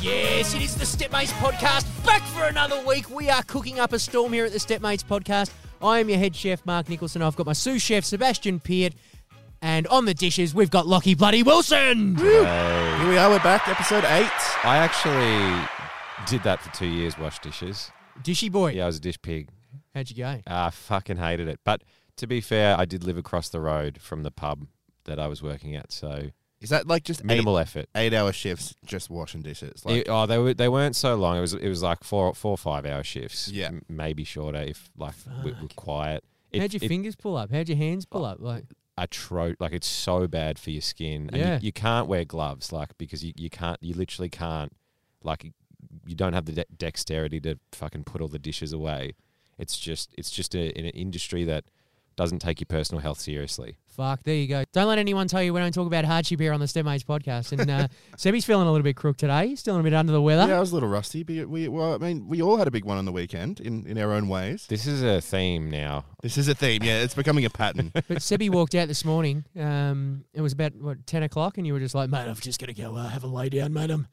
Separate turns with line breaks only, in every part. Yes, it is the Stepmates Podcast. Back for another week. We are cooking up a storm here at the Stepmates Podcast. I am your head chef, Mark Nicholson. I've got my sous chef, Sebastian Peart. And on the dishes, we've got Lockie Bloody Wilson.
Here we are, we're back, episode eight.
I actually did that for two years, washed dishes.
Dishy boy.
Yeah, I was a dish pig.
How'd you go?
Ah, I fucking hated it. But to be fair, I did live across the road from the pub that I was working at, so
Is that like just eight,
minimal effort.
eight hour shifts, just washing dishes? Like,
It- oh, they were they weren't so long. It was it was like four four or five hour shifts.
Yeah.
m- maybe shorter if like we were
Fuck.
quiet. It-
How'd your
it- Oh.
fingers pull up? How'd your hands pull up? Like,
atro- like it's so bad for your skin. And
Yeah.
you, you can't wear gloves, like because you, you can't you literally can't like you don't have the de- dexterity to fucking put all the dishes away. It's just it's just a, in an industry that doesn't take your personal health seriously.
fuck, there you go. Don't let anyone tell you we don't talk about hardship here on the Stepmates Podcast. And uh, Sebby's feeling a little bit crook today. He's still a bit under the weather.
yeah, I was a little rusty, but we, well, I mean, we all had a big one on the weekend in, in our own ways.
This is a theme now.
This is a theme, yeah, it's becoming a pattern.
But Sebby walked out this morning. Um, it was about what ten o'clock, and you were just like, "Mate, I'm just gonna go uh, have a lay down, mate. I'm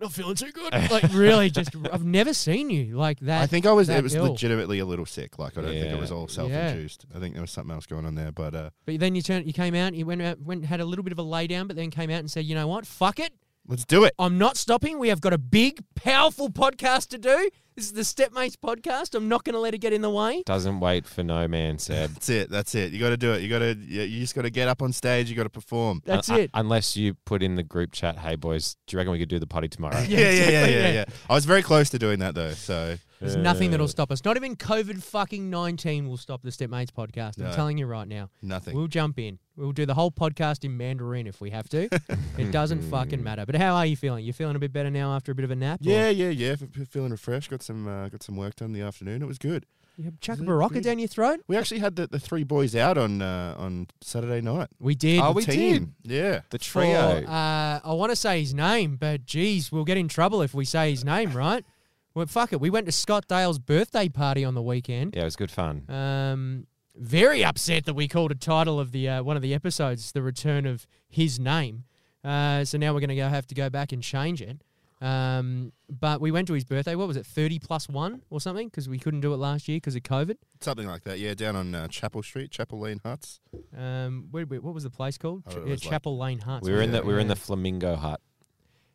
not feeling too good." like, really, just I've never seen you like that.
I think I was,
that
it was
ill.
legitimately a little sick. Like, I don't think
Yeah.
it was all self induced. I think there was something else going on there, but uh,
But then you turned, you came out, you went out, went had a little bit of a lay down, but then came out and said, "You know what? Fuck it.
let's do it.
I'm not stopping. We have got a big, powerful podcast to do. This is the Stepmates podcast. I'm not gonna let it get in the way."
Doesn't wait for no man, Seb.
That's it, that's it. You got to do it. You got to, you, you just got to get up on stage, you got to perform.
That's
Un-
it.
Uh, unless you put in the group chat, hey boys, do you reckon we could do the potty tomorrow?
Yeah, yeah, yeah,
exactly,
yeah,
yeah.
yeah. I was very close to doing that though, so
There's nothing that'll stop us. Not even COVID fucking nineteen will stop the Stepmates podcast. I'm
No.
telling you right now.
nothing.
We'll jump in. We'll do the whole podcast in Mandarin if we have to. it doesn't fucking matter. But how are you feeling? You feeling a bit better now after a bit of a nap? or-
Yeah, yeah, yeah. f- f- Feeling refreshed. Got some, uh, got some work done in the afternoon. It was good.
You have chuck a
Isn't it
baraka
good?
down your throat?
We actually had the, the three boys out on uh, on Saturday night.
We did.
Oh,
The
we
team. Yeah.
The
for,
trio.
uh, I want to say his name, but geez, we'll get in trouble if we say his name, right? well, fuck it. We went to Scott Dale's birthday party on the weekend.
yeah, it was good fun.
Um, very upset that we called a title of the uh, one of the episodes the return of his name. Uh, so now we're going to go have to go back and change it. Um, but we went to his birthday. What was it, thirty plus one or something? Because we couldn't do it last year because of COVID.
Something like that. Yeah, down on uh, Chapel Street, Chapel Lane Huts.
Um, where, where- what was the place called?
Oh,
Ch-
it
yeah,
was like-
Chapel Lane Huts.
we were in the
wasn't it?
we were in the
Yeah.
flamingo hut.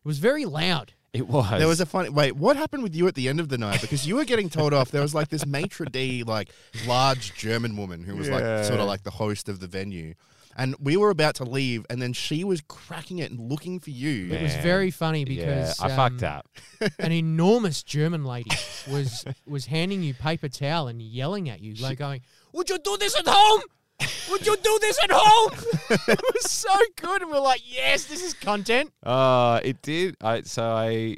It was very loud.
It was.
There was a funny. Wait, what happened with you at the end of the night? Because you were getting told off. There was like this maitre d, like large German woman who was like sort
Yeah.
of like the host of the venue, and we were about to leave, and then she was cracking it and looking for you.
It was
Man.
very funny
yeah,
because
I fucked
um,
up.
an enormous German lady was was handing you paper towel and yelling at you, like going, "Would you do this at home? Would you do this at home?" it was so good, and we're like, "Yes, this is content."
Uh, it did. I so I,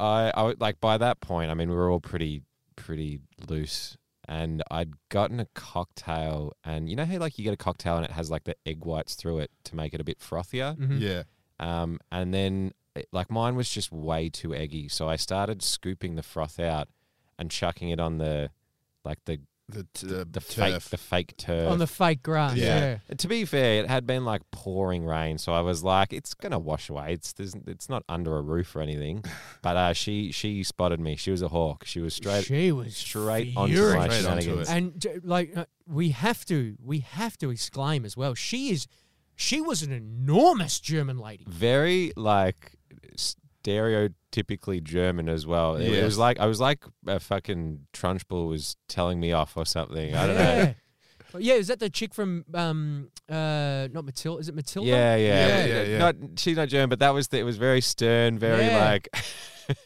I, I would- like by that point. I mean, we were all pretty, pretty loose, and I'd gotten a cocktail, and you know how like you get a cocktail and it has like the egg whites through it to make it a bit frothier.
Mhm.
Yeah.
Um, and then it, like mine was just way too eggy, so I started scooping the froth out and chucking it on the, like the
The t- the,
the fake
turf.
the fake turf.
On the fake grass, yeah.
Yeah.
to be fair, it had been like pouring rain, so I was like, "It's gonna wash away. It's there's, it's not under a roof or anything." But uh, she she spotted me. She was a hawk. She was straight
she was
straight
furious.
onto my
Straight onto
shenanigans.
it.
And j- like, uh, we have to, we have to exclaim as well. She is, she was an enormous German lady.
Very like stereotypically German as well. It, it
Yes.
was like I was like a fucking Trunchbull was telling me off or something. I don't know.
yeah. But yeah, is that the chick from um uh not Matilda? Is it Matilda?
Yeah, yeah,
Yeah, yeah, yeah.
Not she's not German, but that was the, it was very stern, very
Yeah.
like.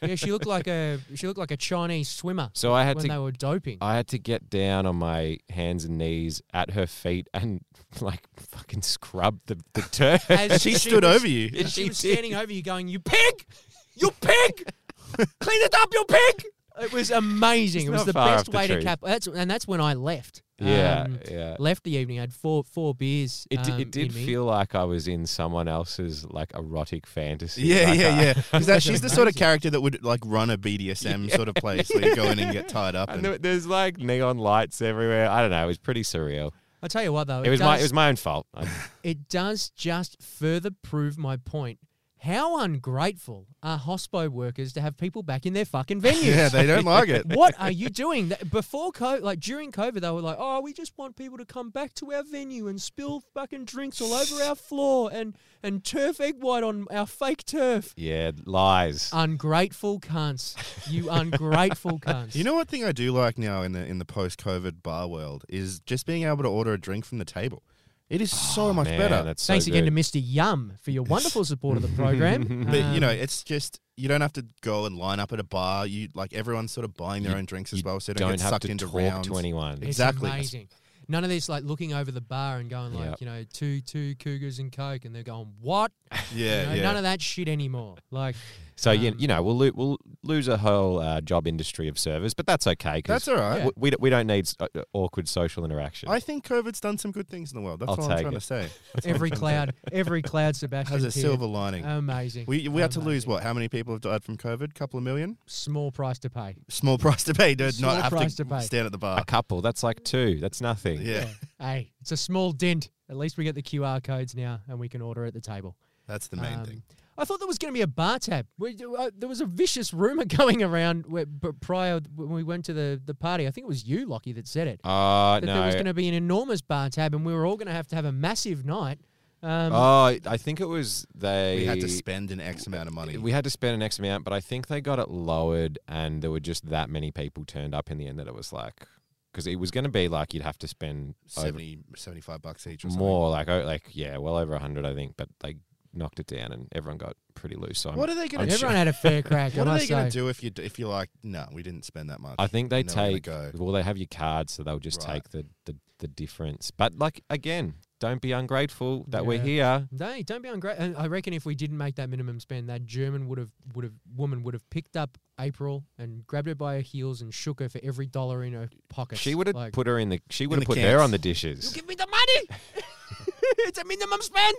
yeah, she looked like a she looked like a Chinese swimmer
So I had
when
to
they were doping.
I had to get down on my hands and knees at her feet and like fucking scrub the, the turf.
As
She stood
was-
over you.
and she
She
was
did.
standing over you, going, "You pig, you pig, clean it up, you pig." It was amazing.
It's
it was
not
the
far off
best
the
way to
truth.
cap. That's and that's when I left.
yeah,
Um,
yeah.
left the evening. I had four four beers.
It, di-
um,
it did
in me.
feel like I was in someone else's like erotic fantasy.
Yeah,
Like,
yeah,
I-
yeah. 'Cause that, she's the sort of character that would like run a BDSM sort of place where you go in and get tied up.
And
And,
there- there's like neon lights everywhere. I don't know. It was pretty surreal.
I tell you what, though,
It was my
does-
it was my own fault. I-
it does just further prove my point How ungrateful are hospo workers to have people back in their fucking venues?
Yeah, they don't like it.
what are you doing? That- Before COVID, like during COVID, they were like, "Oh, we just want people to come back to our venue and spill fucking drinks all over our floor and and turf egg white on our fake turf."
Yeah, lies.
Uh,
Ungrateful cunts, you ungrateful cunts.
You know what thing I do like now in the in the post COVID bar world is just being able to order a drink from the table. It is so much
Oh, Ah, Man,
better.
That's so
Thanks again
good.
to Mr. Yum for your wonderful support of the program.
But you
Um,
Mm.
know, it's just you don't have to go and line up at a bar. You like everyone's sort of buying their own drinks as
you
well, so you don't,
Don't
get
have
sucked
to
into
talk
rounds.
to anyone.
It's
Exactly.
amazing. None of this like looking over the bar and going like,
Yep.
you know, two two cougars and coke, and they're going what?
Yeah,
You know,
yeah.
None of that shit anymore. Like,
So you,
Um,
you know we'll lo- we'll lose a whole uh, job industry of service, but that's okay. 'cause
That's all right.
Yeah.
w- we, d- we don't need s- uh, uh, awkward social interaction.
I think COVID's done some good things in the world. That's
I'll
all I'm
take
trying
it.
to say.
every cloud, every cloud, Sebastian
Has a
Pier.
silver lining.
Um, Amazing.
we we had to lose
Amazing.
what? How many people have died from COVID? Couple of million.
Small price to pay.
Small price to pay, dude.
Small
not have
price to pay.
stand at the
a
bar.
couple, that's like two. That's nothing.
Yeah,
Hey, it's a small dent. At least we get the QR codes now, and we can order at the table.
that's the main
Um,
thing.
I thought there was going to be a bar tab. We, uh, there was a vicious rumor going around where, b- prior when we went to the, the party. I think it was you, Lockie, that said it.
Uh,
that there
no.
was going to be an enormous bar tab, and we were all going to have to have a massive night. Um,
oh, I- I think it was they.
We had to spend an X amount of money.
We had to spend an X amount, but I think they got it lowered, and there were just that many people turned up in the end that it was like, because it was going to be like you'd have to spend over
70, 75 bucks each or something.
more, like oh, like yeah, well over hundred, I think, but they knocked it down, and everyone got pretty loose. So I'm-
What are they going
I'm
to
everyone
do?
had a fair crack.
What
I
are
must
they going
say.
to do if you if you're like, no, we didn't spend that much?
I think they
and then we're
take
gonna
well, they have your card, so they'll just
Right.
take the, the the difference. But like again, don't be ungrateful that we're
Yeah.
here.
Hey, don't be ungrateful. And I reckon if we didn't make that minimum spend, that German would have would have woman would have picked up April and grabbed her by her heels and shook her for every dollar in her pocket.
She would have
like,
put her in the she would
the
have put her
cans.
on the
"You
dishes.
give me the money. it's a minimum spend.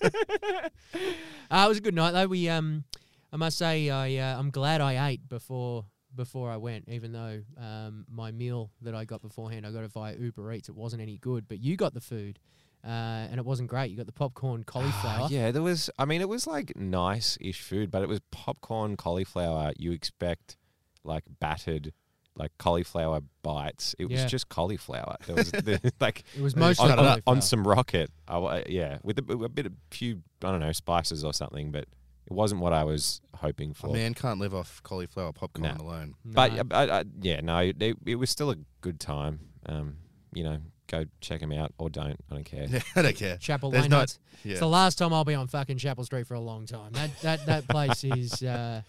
uh, it was a good night though. We um, I must say I uh, I'm glad I ate before before I went, even though um, my meal that I got beforehand I got it via Uber Eats. It wasn't any good, but you got the food. Uh, and it wasn't great. You got the popcorn cauliflower.
Ah, yeah, there was I mean it was like nice ish food, but it was popcorn cauliflower. You expect like battered like cauliflower bites. It
Yeah.
was just cauliflower. There was the, like
It was
They just
mostly
cut it up.
cauliflower.
on some rocket. I wa- yeah, with a, a bit of few I don't know spices or something, but it wasn't what I was hoping
A
for.
man can't live off cauliflower popcorn
Nah.
alone.
No.
But I, I, yeah, no, it, it was still a good time. Um, you know, go check them out or don't. I don't care.
Yeah, I don't care.
Chapel
There's
Lane
not-
Heights.
Yeah.
It's the last time I'll be on fucking Chapel Street for a long time. That that that place is uh,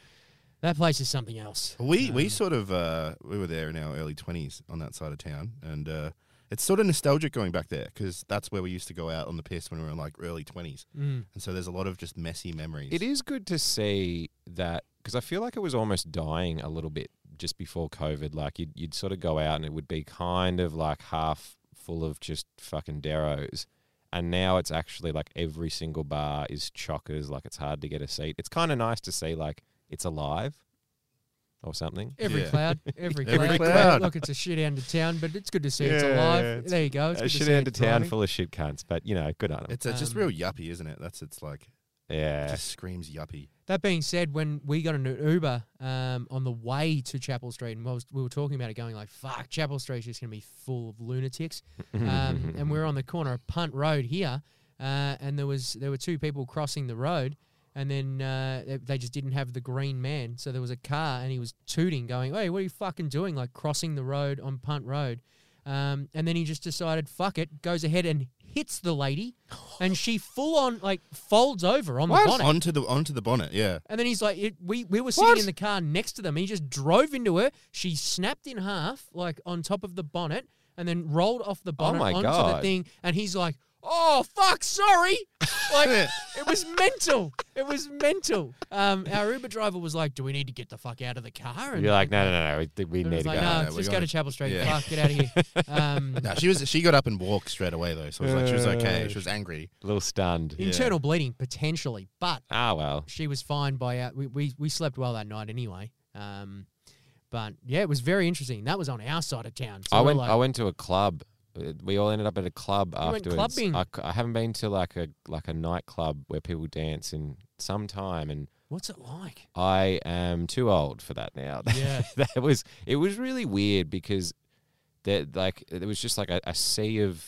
that place is something else.
we we
Um,
sort of uh, we were there in our early twenties on that side of town, and uh, it's sort of nostalgic going back there because that's where we used to go out on the piss when we were in like early twenties,
Mm.
and so there's a lot of just messy memories.
It is good to see that because I feel like it was almost dying a little bit just before COVID. Like you'd, you'd sort of go out and it would be kind of like half full of just fucking daros. And now it's actually like every single bar is chockers. Like it's hard to get a seat. It's kind of nice to see like it's alive or something.
Every
Yeah.
cloud, every, cloud.
Every cloud.
Look, it's a shit end of town, but it's good to see it's
Yeah,
alive.
it's-
there you go. It's
Uh,
good to
shit
see
end of
it's
town
thriving.
full of shit cunts, but you know, good on them.
It's uh, just
Um,
real yuppie, isn't it? That's it's like
yeah.
it just screams yuppie.
That being said, when we got an Uber um, on the way to Chapel Street, and whilst we were talking about it, going like, "Fuck, Chapel Street's just going to be full of lunatics,"
Mm-hmm,
um, and we were on the corner of Punt Road here, uh, and there was there were two people crossing the road, and then uh, they- they just didn't have the green man, so there was a car, and he was tooting, going, "Hey, what are you fucking doing? Like crossing the road on Punt Road." Um, and then he just decided, fuck it, goes ahead and hits the lady, and she full on like folds over on the bonnet.
Onto the onto the bonnet, yeah.
And then he's like, it, we, we were sitting in the car next to them. He just drove into her. She snapped in half, like on top of the bonnet, and then rolled off the bonnet
Oh my
onto the
God.
thing. And he's like, oh, fuck, sorry. Like,
Yeah.
it was mental. It was mental. Um, our Uber driver was like, do we need to get the fuck out of the car? And
You're like, no, no, no, no. We, we
and it
need
was
to
like,
go.
no,
No, we're
just go
going."
to Chapel Street.
Yeah.
Fuck, get out of here. Um,
No, she was she got up and walked straight away though, so it was like she was okay. She was angry.
A little stunned.
Yeah.
Internal bleeding, potentially. But
Ah, well.
she was fine by our, we, we we slept well that night anyway. Um, but yeah, it was very interesting. That was on our side of town. So
I
we're
went.
Like,
I went to a club uh, we all ended up at a club
went
afterwards.
clubbing.
I, c- I haven't been to like a like a nightclub where people dance in some time, and
What's it like?
I am too old for that now.
Yeah.
that was it was really weird because there like it was just like a, a sea of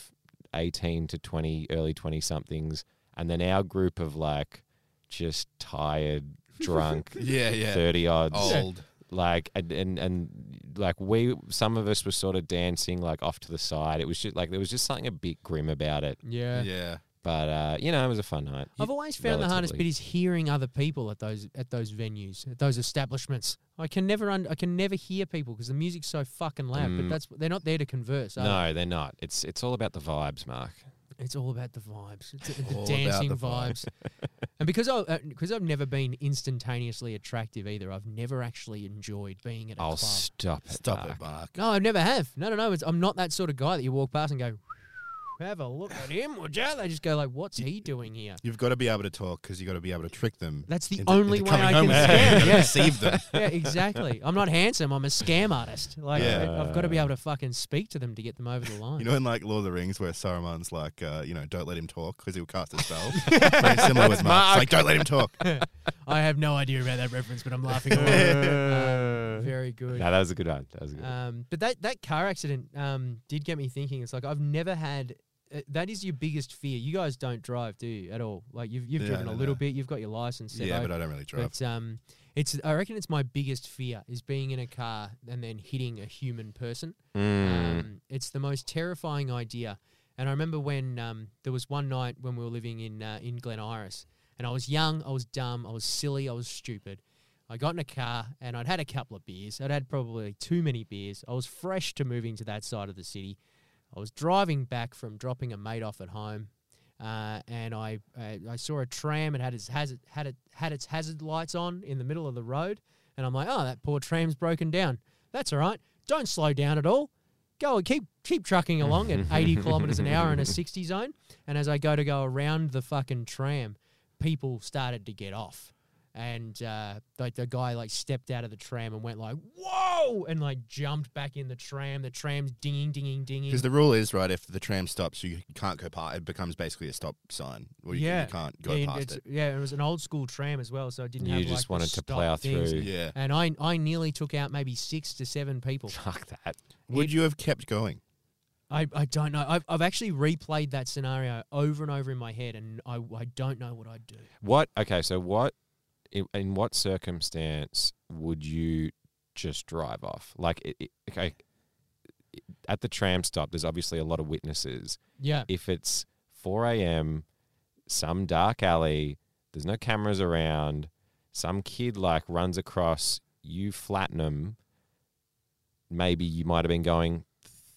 eighteen to twenty, early twenty somethings, and then our group of like just tired, drunk,
Yeah, yeah.
thirty odds
Oh, Old.
like and, and and like we some of us were sort of dancing like off to the side it was just like there was just something a bit grim about it
Yeah.
Yeah.
but uh you know it was a fun night
I've always found the hardest bit
relatively.
is hearing other people at those at those venues, at those establishments. I can never un- I can never hear people because the music's so fucking loud. But
Mm.
that's they're not there to converse. Are they?
no they're not it's it's all about the vibes mark
It's all about the vibes. It's the
All about
dancing
the
vibes. and because I uh, because I've never been instantaneously attractive either. I've never actually enjoyed being at a
i'll
club.
stop it
Stop
Mark.
it, Mark.
no, I never have. No, no, no. It's, I'm not that sort of guy that you walk past and go, "Have a look at him, would ya?" They just go like, "What's he doing here?"
You've got to be able to talk because you've got to be able to trick them.
That's the
into-
only
into
way
coming
I can
home with you. You've
scam.
got to
Yeah.
deceive them.
yeah, exactly. I'm not handsome. I'm a scam artist. Like
Yeah.
I, have got to be able to fucking speak to them to get them over the line.
You know, in like Lord of the Rings, where Saruman's like, uh, you know, don't let him talk because he'll cast a spell. Very similar with Mark. It's like, don't let him talk.
I have no idea about that reference, but I'm laughing. already. Um, very good.
no that was a good one that was a good one.
Um, but that that car accident um, did get me thinking. It's like I've never had. Uh, that is your biggest fear. You guys don't drive, do you, at all? Like you've you've
No,
driven
no,
a little
no.
bit. You've got your license. set
Yeah,
up,
but I don't really drive.
but, um, it's I reckon it's my biggest fear is being in a car and then hitting a human person.
Mm.
Um, it's the most terrifying idea. And I remember when um, there was one night when we were living in uh, in Glen Iris, and I was young, I was dumb, I was silly, I was stupid. I got in a car and I'd had a couple of beers. I'd had probably too many beers. I was fresh to moving to that side of the city. I was driving back from dropping a mate off at home, uh, and I, uh, I I saw a tram. It had its hazard had it had its hazard lights on in the middle of the road, and I'm like, oh, that poor tram's broken down. That's all right. Don't slow down at all. Go and keep keep trucking along at 80 kilometers an hour in a 60 zone. And as I go to go around the fucking tram, people started to get off. And uh, like the guy like stepped out of the tram and went like whoa and like jumped back in the tram. The tram's dinging, dinging, dinging.
Because the rule is, right, if the tram stops, you can't go past. It becomes basically a stop sign. Or you,
Yeah.
you can't go
Yeah, and
past
it's-
it.
Yeah, it was an old school tram as well, so it didn't.
you
have,
just
like, the
wanted to
stop
plow
things.
through
Yeah.
And I, I nearly took out maybe six to seven people.
fuck that
Would you have kept going?
I, I don't know. I've, I've actually replayed that scenario over and over in my head, and I, I don't know what I'd do.
what okay so what in, in what circumstance would you just drive off like it, it- okay at the tram stop there's obviously a lot of witnesses
Yeah,
if it's 4 a.m., some dark alley, there's no cameras around, some kid like runs across, you flatten him, maybe you might have been going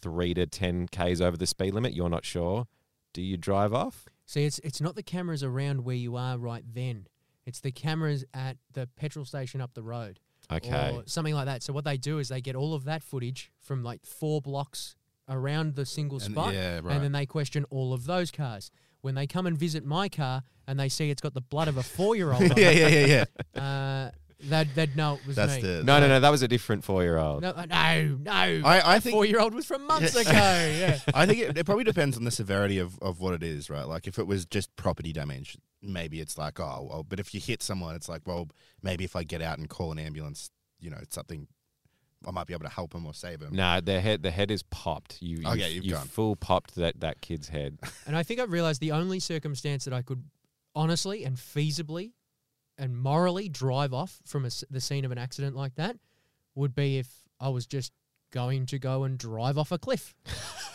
three to 10 Ks over the speed limit, you're not sure. Do you drive off?
See, it's it's not the cameras around where you are right then. It's the cameras at the petrol station up the road,
Okay.
or something like that. So what they do is they get all of that footage from like four blocks around the single
And-
spot,
yeah, right.
and then they question all of those cars. When they come and visit my car and they see it's got the blood of a four-year-old, on
yeah, yeah, yeah,
it,
yeah.
uh, they'd they'd know it was
That's
me.
the.
no, no, no, that was a different four year old.
no, uh, no, no.
I, I think
Four-year-old was from months
Yeah.
ago. Yeah.
I think it, it probably depends on the severity of, of what it is, right? Like if it was just property damage, maybe it's like, oh, well, but if you hit someone, it's like, well, maybe if I get out and call an ambulance, you know, it's something I might be able to help them or save them.
No, their head, the head is popped. You,
Oh,
you,
yeah, you've
you
gone.
full popped that, that kid's head.
And I think I've realized the only circumstance that I could honestly and feasibly and morally drive off from a s the scene of an accident like that would be if I was just going to go and drive off a cliff.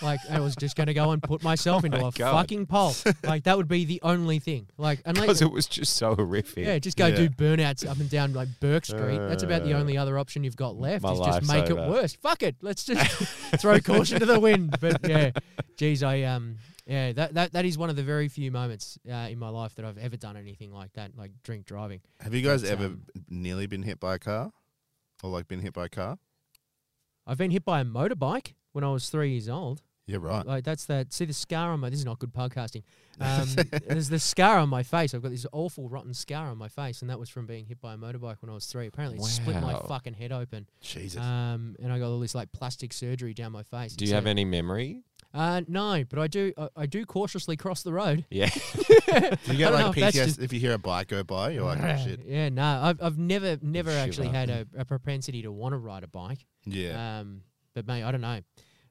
like I was just going to go and put myself into
Oh my
a
God.
fucking pole. Like that would be the only thing. Like
Because
unless
it was just so horrific.
yeah, just go
Yeah.
do burnouts up and down like Burke Street. That's about the
Uh,
only other option you've got left.
my
is just
life's
make it
over.
worse. Fuck it. Let's just throw caution to the wind. But yeah, geez, I um, yeah, that that, that is one of the very few moments uh, in my life that I've ever done anything like that, like drink driving.
Have you guys
It's,
ever
um,
nearly been hit by a car? Or like been hit by a car?
I've been hit by a motorbike when I was three years old.
Yeah, right.
Like that's that. See the scar on my. This is not good podcasting. Um, there's the scar on my face. I've got this awful rotten scar on my face, and that was from being hit by a motorbike when I was three. Apparently, it split my
Wow.
fucking head open.
Jesus.
uh, Um, and I got all this like plastic surgery down my face.
Do you
So-
have any memory?
Uh, no, but I do. I, I do cautiously cross the road.
Yeah.
Do you
I
get
don't
like
know if that's
PTSD
just-
if you hear a bike go by? You're like, oh, shit.
Yeah, no, I've I've never never
shiver.
actually had a, a propensity to want to ride a bike.
Yeah.
Um, but mate, I don't know.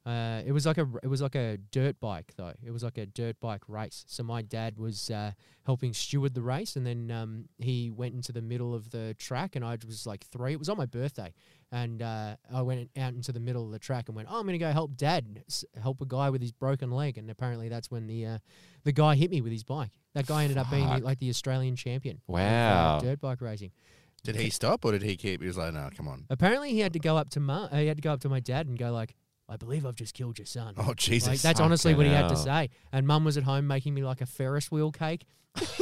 Uh, it was like a it was like a dirt bike though. It was like a dirt bike race. So my dad was uh, helping steward the race, and then um, he went into the middle of the track, and I was like three. It was on my birthday, and uh, I went out into the middle of the track and went, "Oh, I'm gonna go help dad s- help a guy with his broken leg." And apparently that's when the uh, the guy hit me with his bike. That guy ended up being
Fuck.
like the Australian champion. of, uh,
Wow.
dirt bike racing.
Did he stop or did he keep? He was like, no, come on.
Apparently, he had to go up to ma- uh, he had to go up to my dad and go like, "I believe I've just killed your son."
Oh Jesus.
like, that's honestly what he had to
fucking
say. And mum was at home making me like a Ferris wheel cake.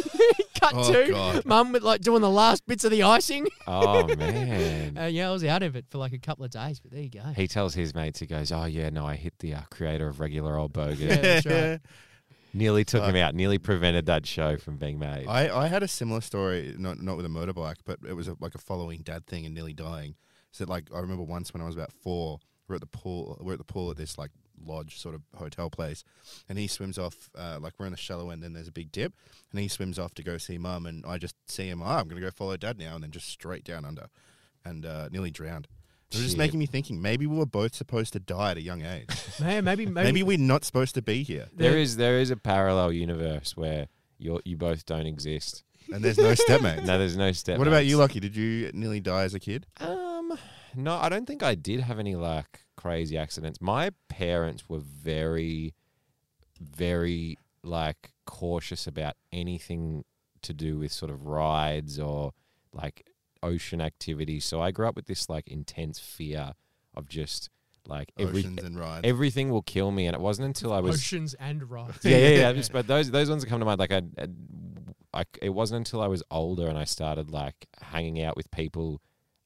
Cut
Oh,
to
God.
mum with like doing the last bits of the icing.
Oh man.
Uh, yeah, I was out of it for like a couple of days, but there you go.
He tells his mates, he goes, "Oh yeah, no, I hit the uh, creator of regular old bogus.
Yeah, that's right.
nearly took him out. Nearly prevented that show from being made."
I, I had a similar story, not not with a motorbike, but it was a, like a following dad thing and nearly dying. So like I remember once when I was about four, we're at the pool, we're at the pool at this like lodge sort of hotel place, and he swims off. Uh, like we're in the shallow end, and there's a big dip, and he swims off to go see mum, and I just see him. Ah, I'm gonna go follow dad now, and then just straight down under, and uh, nearly drowned. It was just
Shit.
making me thinking. Maybe we were both supposed to die at a young age.
Hey, maybe maybe,
maybe we're not supposed to be here,
there is there is a parallel universe where you you both don't exist.
and there's no stepmate.
No, there's no step.
What about you, Lucky? Did you nearly die as a kid?
Um, no, I don't think I did have any like crazy accidents. My parents were very, very like cautious about anything to do with sort of rides or like ocean activities. So I grew up with this like intense fear of just like every,
Oceans and rides.
everything will kill me. And it wasn't until I was
oceans and rocks.
yeah, yeah, yeah. Just- But those those ones that come to mind, like I, I, I- it wasn't until I was older and I started like hanging out with people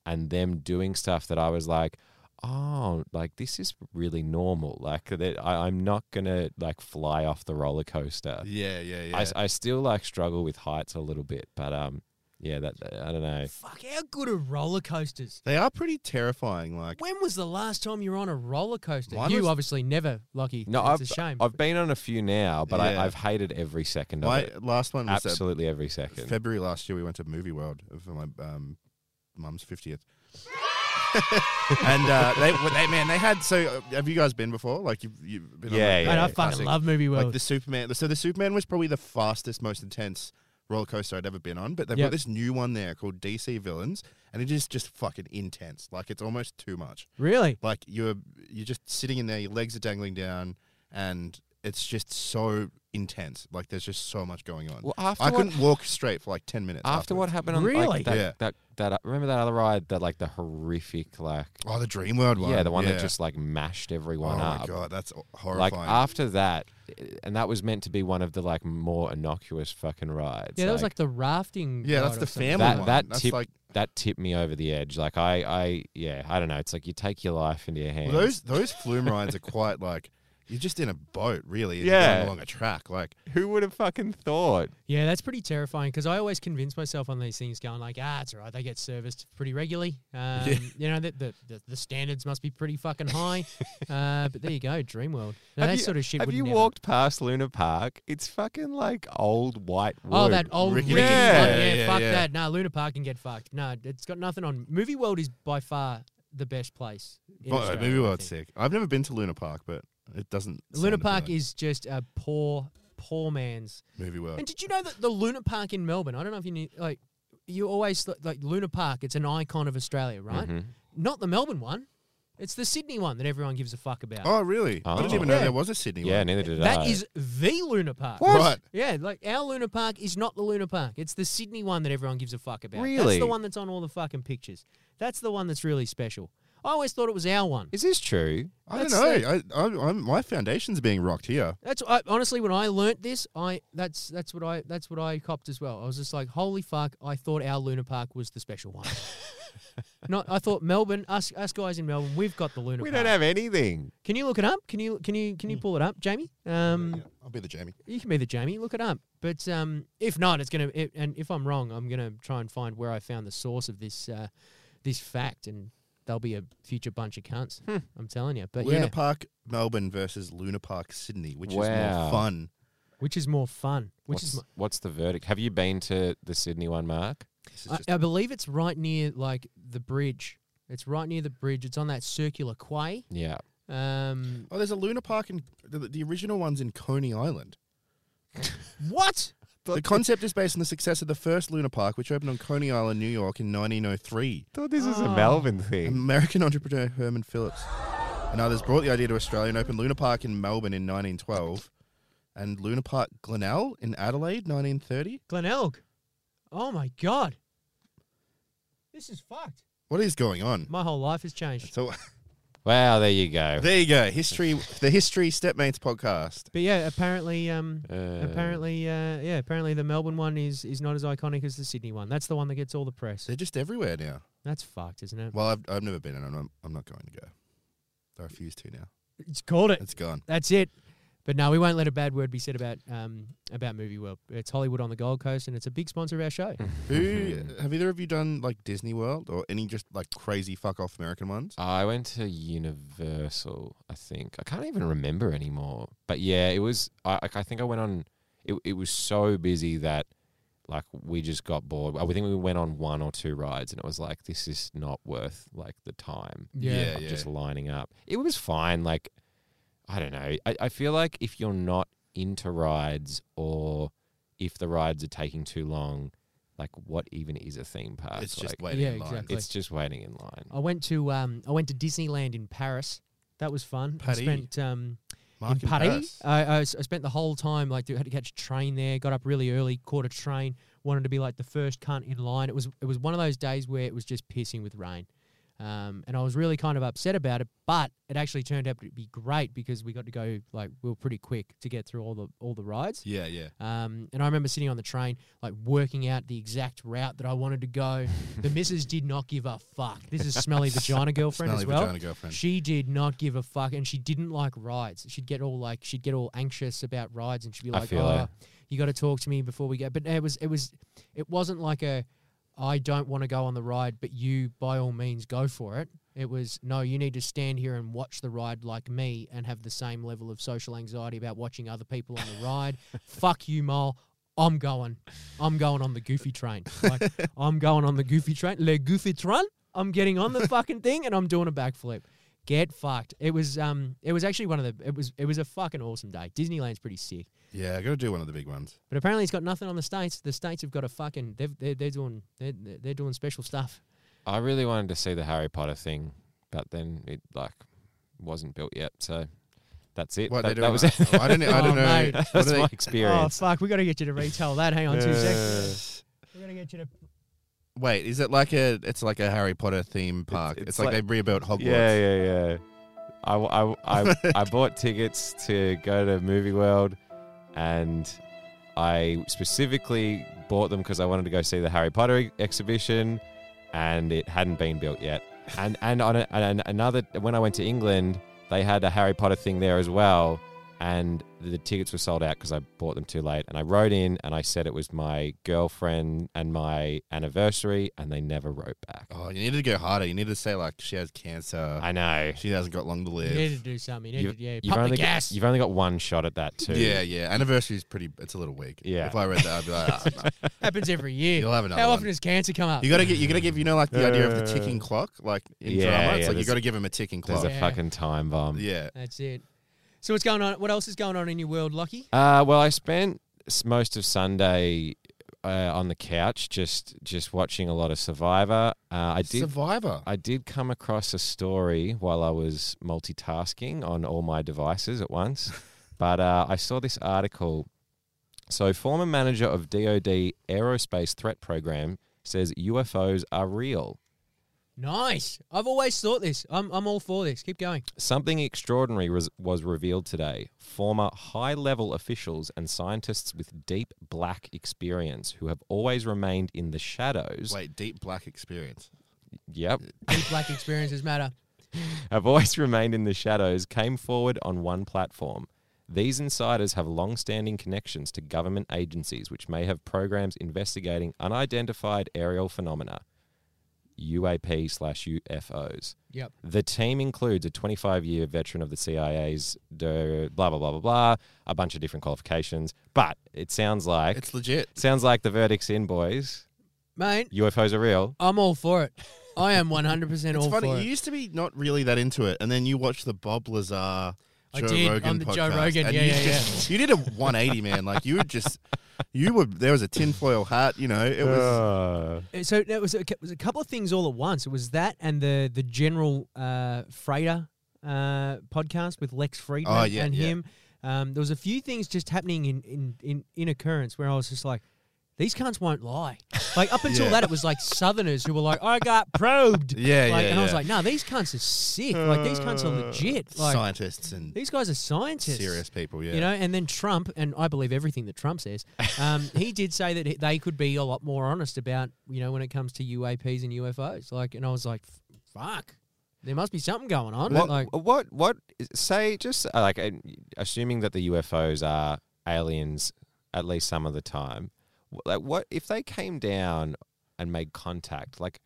and them doing stuff that I was like, oh, like this is really normal. Like that, I, I'm not gonna like fly off the roller coaster.
Yeah, yeah, yeah.
I s I I, still like struggle with heights a little bit, but um, yeah, that I don't know.
Fuck, how good are roller coasters?
they are pretty terrifying. Like,
When was the last time you were on a roller coaster?
Mine
you
was-
obviously never, Lucky.
No,
it's
I've
a shame.
I've been on a few now, but
Yeah.
I, I've hated every second of
my
it.
last one was uh,
Absolutely every second.
February last year. We went to Movie World for my um, mum's fiftieth. and uh, they, well, they, man, they had. So, uh, have you guys been before? Like, you've, you've been. on,
Yeah,
like,
yeah,
Mate, I
yeah.
fucking
classic-
love movie world.
Like the Superman. So the Superman was probably the fastest, most intense roller coaster I'd ever been on. But they've
Yep.
got this new one there called DC Villains, and it is just fucking intense. Like, it's almost too much.
really?
like you're you're just sitting in there your legs are dangling down and it's just so intense like there's just so much going on
Well, after
i
what
couldn't walk straight for like 10 minutes
after what
afterwards.
happened on
Really?
like, that,
Yeah.
that that uh, remember that other ride that like the horrific like
oh the dream world one
yeah the one
Yeah.
that just like mashed
oh
everyone
my
up
god that's
like ah,
horrifying
after that and that was meant to be one of the like more innocuous fucking rides
Yeah, that was like the rafting.
yeah that's
ride or
the
something.
family
That-
one
that
that's
tip-
like
that tipped me over the edge like I I yeah I don't know it's like you take your life into your hands
well, those those flume rides are quite like you're just in a boat really and you're
Yeah.
going along a track like
who would have fucking thought
Yeah, that's pretty terrifying because I always convince myself on these things, going like, ah, it's all right. They get serviced pretty regularly. Um, You know, the, the, the, the standards must be pretty fucking high. uh, but there you go, Dream World. Now,
Have
that
you-
sort of shit
have
would
you
never-
walked past Luna Park it's fucking like old white wood
Oh, that old
Ricky
rickety
Dicky.
yeah,
Yeah,
yeah,
yeah,
fuck
yeah.
that. Nah, Luna Park can get fucked. No, it's got nothing on. Movie World is by far the best place. in
but,
Australia,
maybe
I
world's
think.
sick i've never been to luna park but it doesn't
Luna Park is just a poor, poor man's
movie world
And did you know that the Luna Park in Melbourne? I don't know if you knew, like you always th- like Luna Park. It's an icon of Australia, right?
Mhm.
Not the Melbourne one. It's the Sydney one that everyone gives a fuck about.
oh really i didn't
Oh.
even know
Yeah.
there was a sydney
yeah
one
neither did I
That is the Luna Park.
right
Yeah, like our Luna Park is not the Luna Park. It's the Sydney one that everyone gives a fuck about. That's
Really?
the one that's on all the fucking pictures. That's the one that's really special. I always thought it was our one.
is this true
I don't
That's
know. I, I, I'm, my foundation's being rocked here.
That's I, honestly when I learnt this, I that's that's what I that's what I copped as well. I was just like, holy fuck! I thought our Luna Park was the special one. Not, I thought Melbourne, us us guys in Melbourne, we've got the Luna
we
Park.
don't have Hmm. anything
can you look it up? Can you can you can you pull it up, Jamie? Um,
I'll be the Jamie.
you can be the Jamie. Look it up. But um, if not, it's gonna. It, and if I'm wrong, I'm gonna try and find where I found the source of this uh, this fact and they'll be a future bunch of cunts.
Hmm.
I'm telling you. But
Luna
yeah,
Park Melbourne versus Luna Park Sydney, which is
Wow.
more fun.
which is more fun. Which
what's,
is, mo-
what's the verdict? Have you been to the Sydney one, Mark?
This is
I,
just-
I believe it's right near like the bridge. It's right near the bridge. It's on that circular quay.
Yeah.
Um,
oh, there's a Luna Park in the, the original one's in Coney Island.
what?
The concept is based on the success of the first Luna Park, which opened on Coney Island, New York, in 1903.
thought this was
Ah.
a Melbourne thing.
American entrepreneur Herman Phillips and others brought the idea to Australia and opened Luna Park in Melbourne in 1912 and Luna Park Glenelg in Adelaide 1930.
Glenelg. Oh my god. This is fucked.
What is going on?
My whole life has changed.
So
Wow, there you go.
there you go. History, the History Stepmates podcast.
But yeah, apparently, um,
Uh,
apparently, uh, yeah, apparently the Melbourne one is is not as iconic as the Sydney one. That's the one that gets all the press.
They're just everywhere now.
That's fucked, isn't it?
Well, I've, I've never been and I'm, not- I'm not going to go. I refuse to now.
It's called it.
It's gone.
That's it. But no, we won't let a bad word be said about um, about Movie World. It's Hollywood on the Gold Coast, and it's a big sponsor of our show.
Who have either of you done like Disney World or any just like crazy fuck off American ones?
I went to Universal, I think. I can't even remember anymore. But yeah, it was. I I- I think I went on. It it was so busy that like we just got bored. I think we went on one or two rides, and it was like this is not worth like the time
Yeah.
of just lining up. It was fine. Like I don't know. I, I feel like if you're not into rides or if the rides are taking too long, like what even is a theme park?
Uh, It's just
Like,
waiting
Yeah,
in line.
exactly.
it's just waiting in line.
I went to um, I went to Disneyland in Paris. That was fun.
Paris.
I spent um,
Mark
in
in
Paris. Uh,
Paris.
I, I, s- I spent the whole time like had to catch a train there. Got up really early, caught a train. Wanted to be like the first cunt in line. It was it was one of those days where it was just pissing with rain, um, and I was really kind of upset about it. But it actually turned out to be great because we got to go like we were pretty quick to get through all the all the rides.
Yeah, yeah.
Um, and I remember sitting on the train, like working out the exact route that I wanted to go. The missus did not give a fuck. This is Smelly Vagina Girlfriend
Smelly
as well.
vagina girlfriend.
She did not give a fuck, and she didn't like rides. She'd get all like she'd get all anxious about rides, and she'd be
I
like,
feel
"Oh,
it.
you got to talk to me before we go." But it was it was it wasn't like a I don't want to go on the ride, but you by all means go for it. It was no, you need to stand here and watch the ride like me and have the same level of social anxiety about watching other people on the ride. Fuck you, Mole. I'm going. I'm going on the goofy train. Like, I'm going on the goofy train. Le goofy train. I'm getting on the fucking thing and I'm doing a backflip. Get fucked. It was um it was actually one of the it was it was a fucking awesome day. Disneyland's pretty sick.
Yeah, I got to do one of the big ones.
But apparently it's got nothing on the states. The states have got a fucking they've, they're they're doing they're, they're doing special stuff.
I really wanted to see the Harry Potter thing, but then it like wasn't built yet, so that's it.
What
that, that
they doing
was
now?
it.
I don't. know- I
Oh,
don't know.
mate.
What
that's
do they-
my experience.
Oh fuck, we got to get you to retell that. Hang on two seconds. We got to get you to
Wait, is it like a? It's like a Harry Potter theme park. It's,
it's
like,
like-
they rebuilt Hogwarts.
yeah, yeah, yeah. I, I, I, I bought tickets to go to Movie World, and I specifically bought them because I wanted to go see the Harry Potter e- exhibition, and it hadn't been built yet. And and on a, and another when I went to England, they had a Harry Potter thing there as well, and the tickets were sold out because I bought them too late. And I wrote in and I said it was my girlfriend and my anniversary, and they never wrote back.
Oh, you needed to go harder. You needed to say like she has cancer.
I know.
she hasn't got long to
you need to
live.
do something. You need
You-
to yeah,
you've
pump the
only got-
gas.
You've only got one shot at that too.
Yeah, yeah. Anniversary's pretty. It's a little weak.
Yeah.
If I read that, I'd be like, ah, no.
Happens every year.
you'll have another
How
one.
often does cancer come up?
you gotta get. You gotta give. You know, like the idea of the
Uh,
ticking clock, like in
yeah,
drama. It's
yeah,
like you
there's-
gotta give him a ticking
There's
clock.
Yeah.
a fucking time bomb.
yeah.
That's it. So what's going on? What else is going on in your world, Lockie?
Uh, well, I spent s- most of Sunday uh, on the couch, just just watching a lot of Survivor. Uh, I did.
Survivor.
I did come across a story while I was multitasking on all my devices at once, but uh, I saw this article. So, former manager of DoD Aerospace Threat Program says UFOs are real.
Nice. I've always thought this. I'm I'm all for this. Keep going.
Something extraordinary was, was revealed today. Former high level officials and scientists with deep black experience who have always remained in the shadows.
Wait, deep black experience.
Yep.
Deep black experiences matter.
Have always remained in the shadows came forward on one platform. These insiders have long standing connections to government agencies which may have programs investigating unidentified aerial phenomena. UAP slash UFOs.
Yep.
The team includes a 25 year veteran of the CIA's, der- blah, blah, blah, blah, blah, a bunch of different qualifications. But it sounds like.
It's legit.
Sounds like the verdict's in, boys.
Mate,
UFOs are real.
I'm all for it. I am 100%
It's
all
funny.
for
You
it.
used to be not really that into it, and then you watched the Bob Lazar.
I
Joe
did,
Rogan
on the Joe
podcast,
Rogan,
and
yeah,
you
yeah,
just- You did a 180, man. Like you were just, you were. There was a tinfoil hat. You know, it was.
Uh,
Uh, So it was a, cou- was a couple of things all at once. It was that and the the general uh, freighter uh, podcast with Lex Friedman
Oh, yeah,
and
yeah.
him. Um, there was a few things just happening in, in, in, in occurrence where I was just like, these cunts won't lie. Like up until
Yeah.
that, it was like Southerners who were like, I got probed.
yeah,
like,
yeah,
and I was
yeah.
like, no, these cunts are sick. Like these cunts are legit. Like
scientists and
these guys are scientists.
serious people. Yeah,
You know, and then Trump, and I believe everything that Trump says. Um, he did say that he- they could be a lot more honest about you know when it comes to UAPs and UFOs. Like, and I was like, fuck, there must be something going on.
what,
Like,
what, what, say, just uh, like uh, assuming that the UFOs are aliens at least some of the time, wh- like what if they came down and made contact? Like,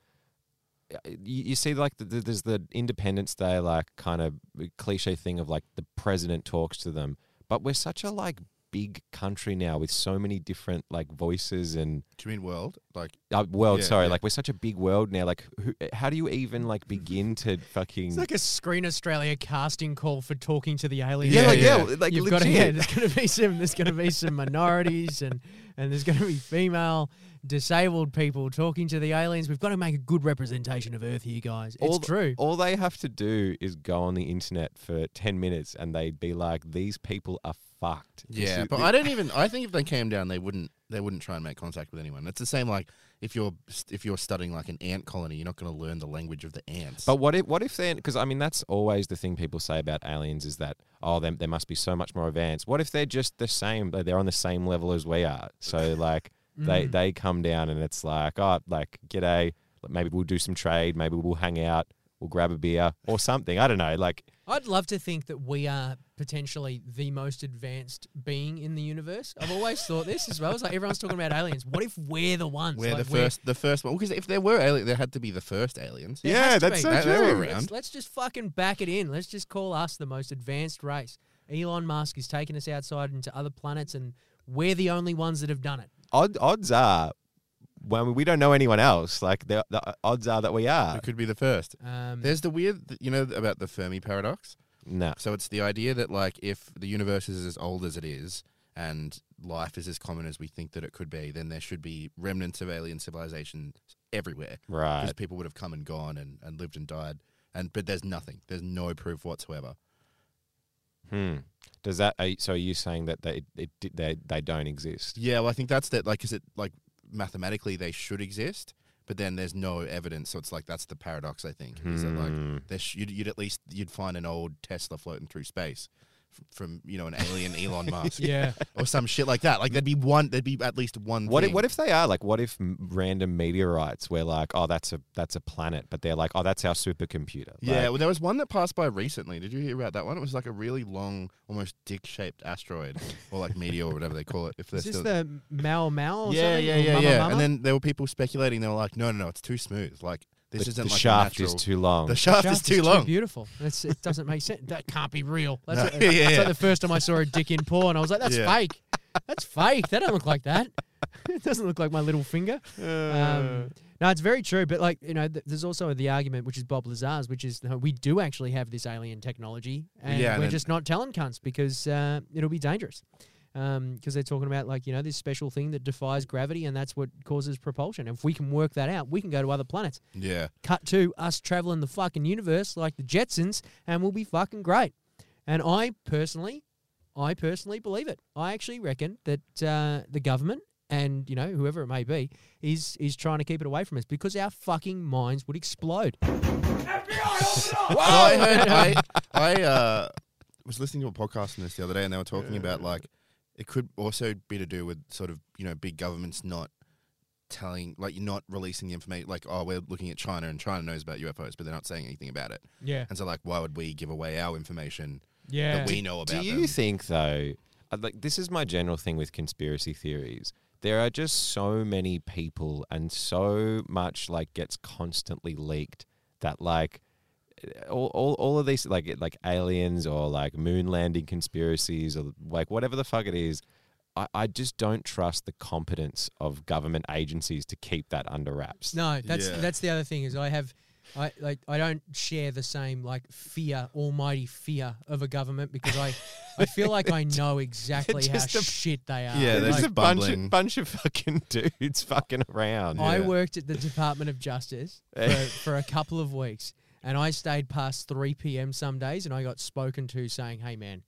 uh, you, you see, like, the, the, there's the Independence Day, like, kind of cliche thing of like the president talks to them, but we're such a like big country now with so many different like voices and
do you mean world? Like
uh, world.
Yeah,
sorry,
yeah.
like we're such a big world now. Like, who, how do you even like begin to fucking?
it's like a Screen Australia casting call for talking to the aliens.
yeah, like,
Yeah,
yeah,
yeah.
like
You've got to, yeah,
legit.
there's going to be some there's going to be some minorities and and there's going to be female disabled people talking to the aliens. We've got to make a good representation of Earth here, guys. It's
all,
true.
All they have to do is go on the internet for ten minutes, and they'd be like, "These people are fucked." This
Yeah,
is-
but I don't even. I think if they came down, they wouldn't. They wouldn't try and make contact with anyone. It's the same like if you're if you're studying like an ant colony, you're not going to learn the language of the ants.
But what if what if they? Because I mean, that's always the thing people say about aliens is that oh, they, they must be so much more advanced. What if they're just the same? They're on the same level as we are. So like they
Mm.
they come down and it's like oh, like g'day. Maybe we'll do some trade. Maybe we'll hang out. We'll grab a beer or something. I don't know. Like
I'd love to think that we are potentially the most advanced being in the universe. I've always thought this as well. It's like everyone's talking about aliens. What if we're the ones?
we're
Like,
the first, the first one. Because if there were aliens, there had to be the first aliens.
There has to be.
so They- they were true. around.
Let's, let's just fucking back it in. Let's just call us the most advanced race. Elon Musk is taking us outside into other planets, and we're the only ones that have done it.
Odd, odds are, when we don't know anyone else, like the, the odds are that we
Who
are.
could be the first?
Um,
There's the weird, th- you know, about the Fermi paradox.
No.
So it's the idea that like if the universe is as old as it is and life is as common as we think that it could be, then there should be remnants of alien civilization everywhere. because
Right.
people would have come and gone and, and lived and died. And but there's nothing. There's no proof whatsoever.
Hmm. Does that? Are, you- so are you saying that they it, did they they don't exist?
Yeah, well, I think that's that. Like, is it like mathematically they should exist, but then there's no evidence. So it's like that's the paradox. I think is that like
Hmm.
there sh- you'd, you'd at least you'd find an old Tesla floating through space f- from you know an alien Elon Musk
yeah.
or some shit like that. Like there'd be one. There'd be at least one.
What if,
thing.
what if they are like? What if m- random meteorites were like, oh, that's a that's a planet, but they're like, oh, that's our supercomputer.
Yeah,
Like,
well, there was one that passed by recently. Did you hear about that one? It was like a really long, almost dick-shaped asteroid, or like meteor, or whatever they call it. If they're
Is this
still,
the Mau Mau? Or
yeah,
something?
yeah,
Or
yeah,
Mama
yeah.
Mama?
And then there were people speculating. They were like, "No, no, no, it's too smooth. Like this
the,
isn't
the
like
shaft
natural.
is too long.
the shaft,
Shaft
is too long."
beautiful. That's, it doesn't make sense. That can't be real. That's,
No.
what-
Yeah, yeah,
that's
yeah.
like the first time I saw a dick in porn. I was like, that's
Yeah.
fake. That's fake. That don't look like that. it doesn't look like my little finger.
Uh.
Um, no, it's very true. But like you know, th- there's also the argument, which is Bob Lazar's, which is no, we do actually have this alien technology, and
Yeah, and
we're
then-
just not telling cunts because uh, it'll be dangerous. Because they're talking about like you know this special thing that defies gravity, and that's what causes propulsion. If we can work that out, we can go to other planets
Yeah,
cut to us traveling the fucking universe like the Jetsons, and we'll be fucking great. And I personally, I personally believe it. I actually reckon that uh, the government and you know whoever it may be is is trying to keep it away from us because our fucking minds would explode.
So I heard. I, I uh, was listening to a podcast on this the other day, and they were talking about like it could also be to do with sort of you know big governments not telling, like you're not releasing the information. Like, oh, we're looking at China, and China knows about UFOs, but they're not saying anything about it.
Yeah,
And so, like, why would we give away our information that we know about?
Do you
them?
think though? uh, Like this is my general thing with conspiracy theories. there are just so many people and so much like gets constantly leaked that like uh, all, all, all of these like like aliens or like moon landing conspiracies or like whatever the fuck it is I, I just don't trust the competence of government agencies to keep that under wraps
No, that's
Yeah.
that's the other thing is I have, I like I don't share the same like fear, almighty fear of a government because I, I feel like I know exactly how
just a-
shit they are.
Yeah,
there's
Like,
just
a bunch
bumbling.
of, bunch of fucking dudes fucking around
I
yeah.
worked at the Department of Justice
Eh.
for, for a couple of weeks, and I stayed past three p.m. some days, and I got spoken to saying, "Hey, man."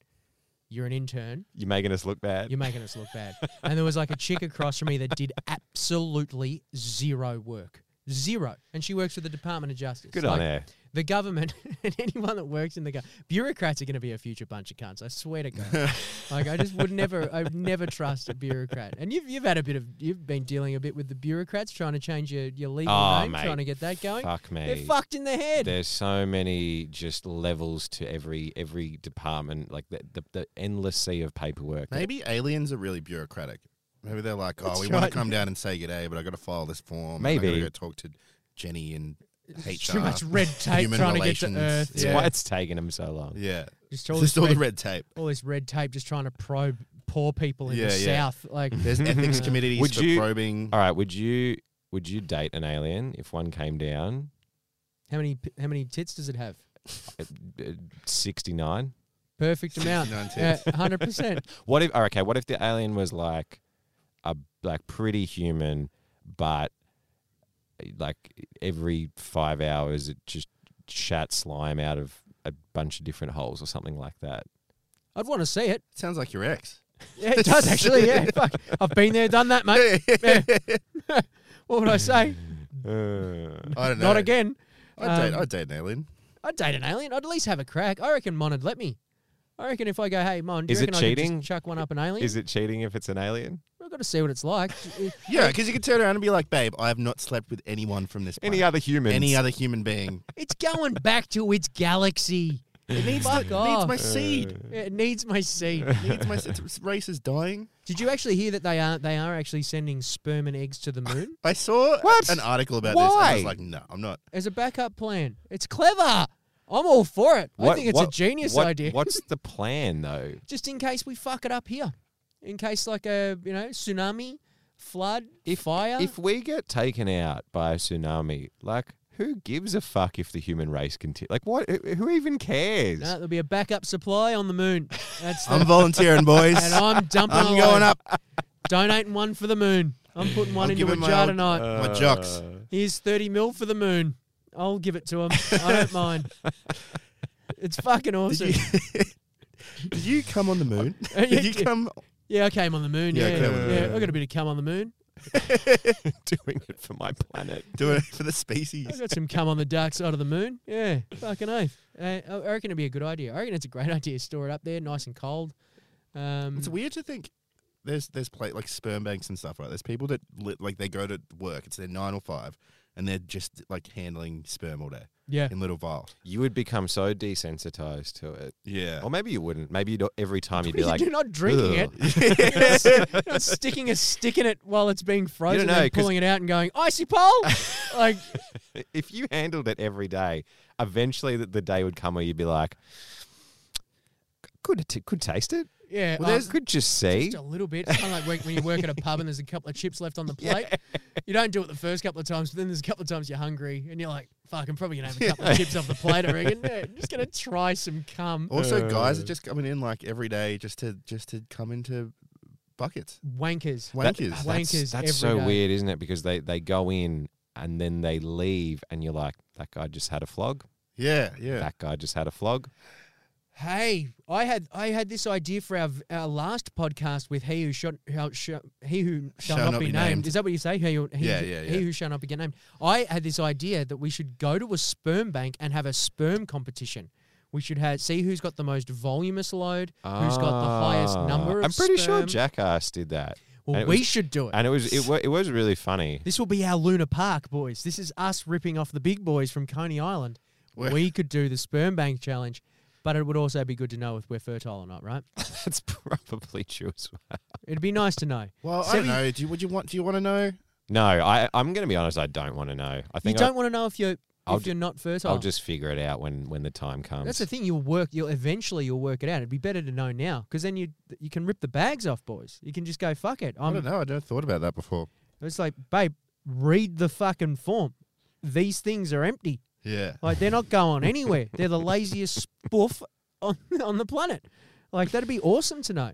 You're an intern.
you're making us look bad
You're making us look bad. And there was like a chick across from me that did absolutely zero work. Zero. And she works for the Department of Justice.
good
Like,
on her
the government and anyone that works in the government, bureaucrats are going to be a future bunch of cunts. I swear to God. like I just would never, I would never trust a bureaucrat. And you've you've had a bit of, you've been dealing a bit with the bureaucrats trying to change your your legal
Oh,
name,
mate.
trying to get that going.
fuck me
They're fucked in the head.
There's so many just levels to every every department, like the the, the endless sea of paperwork.
Maybe aliens are really bureaucratic. Maybe they're like, oh,
That's
we want to
right.
come down and say good day, but I got to file this form. and I
Maybe.
got to go talk to Jenny and HR.
Too much red tape
human
trying to get to
relations.
Earth.
That's
Yeah.
why it's taken them so long.
Yeah,
Just all
just
this,
all
red,
the red tape.
all this red tape, just trying to probe poor people in
Yeah,
the
yeah.
south. Like
There's ethics committees
Would
for
you-
probing.
All right, would you would you date an alien if one came down?
how many p- how many tits does it have?
Sixty nine.
Perfect amount. Uh,
69 tits.
Hundred percent.
What if? oh, Okay, what if the alien was like a like pretty human, but like every five hours it just shat slime out of a bunch of different holes or something like that.
I'd want to see it.
Sounds like your ex.
Yeah, it does actually. Yeah, fuck. I've been there, done that, mate. Yeah. what would I say?
Uh.
I don't know.
Not again.
I'd date,
Um,
I'd date an alien.
I'd date an alien. I'd at least have a crack. I reckon Mon'd let me. I reckon if I go, hey Mon, do
Is
you
it
reckon I could just
cheating?
chuck one up an alien?
Is it cheating if it's an alien?
I've got to see what it's like.
Yeah, because you could turn around and be like, babe, I have not slept with anyone from this planet.
Any other humans?
Any other human being.
it's going back to its galaxy. It needs, Fuck
Needs
off.
Uh,
Uh.
my seed.
it needs my seed.
Needs my its race is dying.
Did you actually hear that they are they are actually sending sperm and eggs to the moon
I saw
What?
an article about this and I
Why?
was like, no, I'm not.
as a backup plan? It's clever. I'm all for it. I think it's a genius
what-
idea.
What's the plan though?
just in case we fuck it up here. In case like a you know tsunami, flood, fire.
If we get taken out by a tsunami, like who gives a fuck if the human race continue? Like what? who- Who even cares?
no, there'll be a backup supply on the moon. That's the,
I'm volunteering, boys.
and I'm dumping.
I'm
all
going
over.
up.
Donating one for the moon. I'm putting one
I'm
into a
giving my uh,
jar
old-
tonight.
my jocks.
Uh,
Here's thirty mil for the moon. I'll give it to him. I don't mind. It's fucking awesome.
Did you, did you come on the moon?
Yeah,
Did you
yeah.
come?
yeah, I came on the moon. Yeah,
Yeah,
yeah,
came on the
yeah.
moon.
I got a bit of cum on the moon.
doing it for my planet.
Doing it for the
I
species.
got some cum on the dark side of the moon. Yeah, fucking oath. Uh, I reckon it'd be a good idea. I reckon it's a great idea. Store it up there, nice and cold. Um,
It's weird to think there's there's pla like sperm banks and stuff, right? There's people that li- like they go to work. It's their nine or five, and they're just like handling sperm all day
yeah,
in little vials. Um,
You would become so desensitized to it,
Yeah.
or maybe you wouldn't. Maybe you'd, every time you'd be
you're
like,
not drinking
"Ugh."
it. You're not st- you're not sticking a stick in it while it's being frozen,
know,
and
'cause-
pulling it out and going icy pole. like
if you handled it every day, eventually the, the day would come where you'd be like, could t- could taste it.
yeah,
Well,
uh,
there's could just see.
just a little bit. It's kind of like work, when you work at a pub and there's a couple of chips left on the plate. You don't do it the first couple of times, but then there's a couple of times you're hungry and you're like, "Fuck, I'm probably gonna have a couple of chips off the plate." I reckon. Yeah, I'm just gonna try some cum.
Also, guys are just coming in like every day just to just to come into buckets.
Wankers.
That-
That-
Wankers.
that's
Wankers
that's
every
so
day.
weird, isn't it? Because they, they go in and then they leave, and you're like, that guy just had a flog.
yeah, yeah.
That guy just had a flog.
Hey, I had I had this idea for our our last podcast with he who shot how, sh- he who shall, not, be, named. Is that what you say? He, who- he,
Yeah, yeah,
he
yeah.
who shall not be named. I had this idea that we should go to a sperm bank and have a sperm competition. We should have see who's got the most voluminous load, who's got the highest
Ah,
number of
I'm pretty sure
sperm.
Jackass did that, and
well,
it
we
was-
should do it.
and it was it, wa- it was really funny.
This will be our Luna Park, boys. This is us ripping off the big boys from Coney Island.
Well-
We could do the sperm bank challenge, but it would also be good to know if we're fertile or not, right?
That's probably true as well.
It'd be nice to know.
Well, I
Seven-
don't know. Do you, would you want? Do you want to know?
No, I I'm going to be honest. I don't want to know. I
You
think I,
don't want to know if you're
I'll
if
ju-
you're not fertile.
I'll just um, figure it out when when the time comes.
That's the thing. You'll work. You'll eventually you'll work it out. It'd be better to know now because then you you can rip the bags off, boys. You can just go fuck it.
I don't
I'm.
know. I never thought about that before.
It's like, babe, read the fucking form. These things are empty.
Yeah.
Like they're not going anywhere. They're the laziest spoof on on the planet. Like that'd be awesome to know.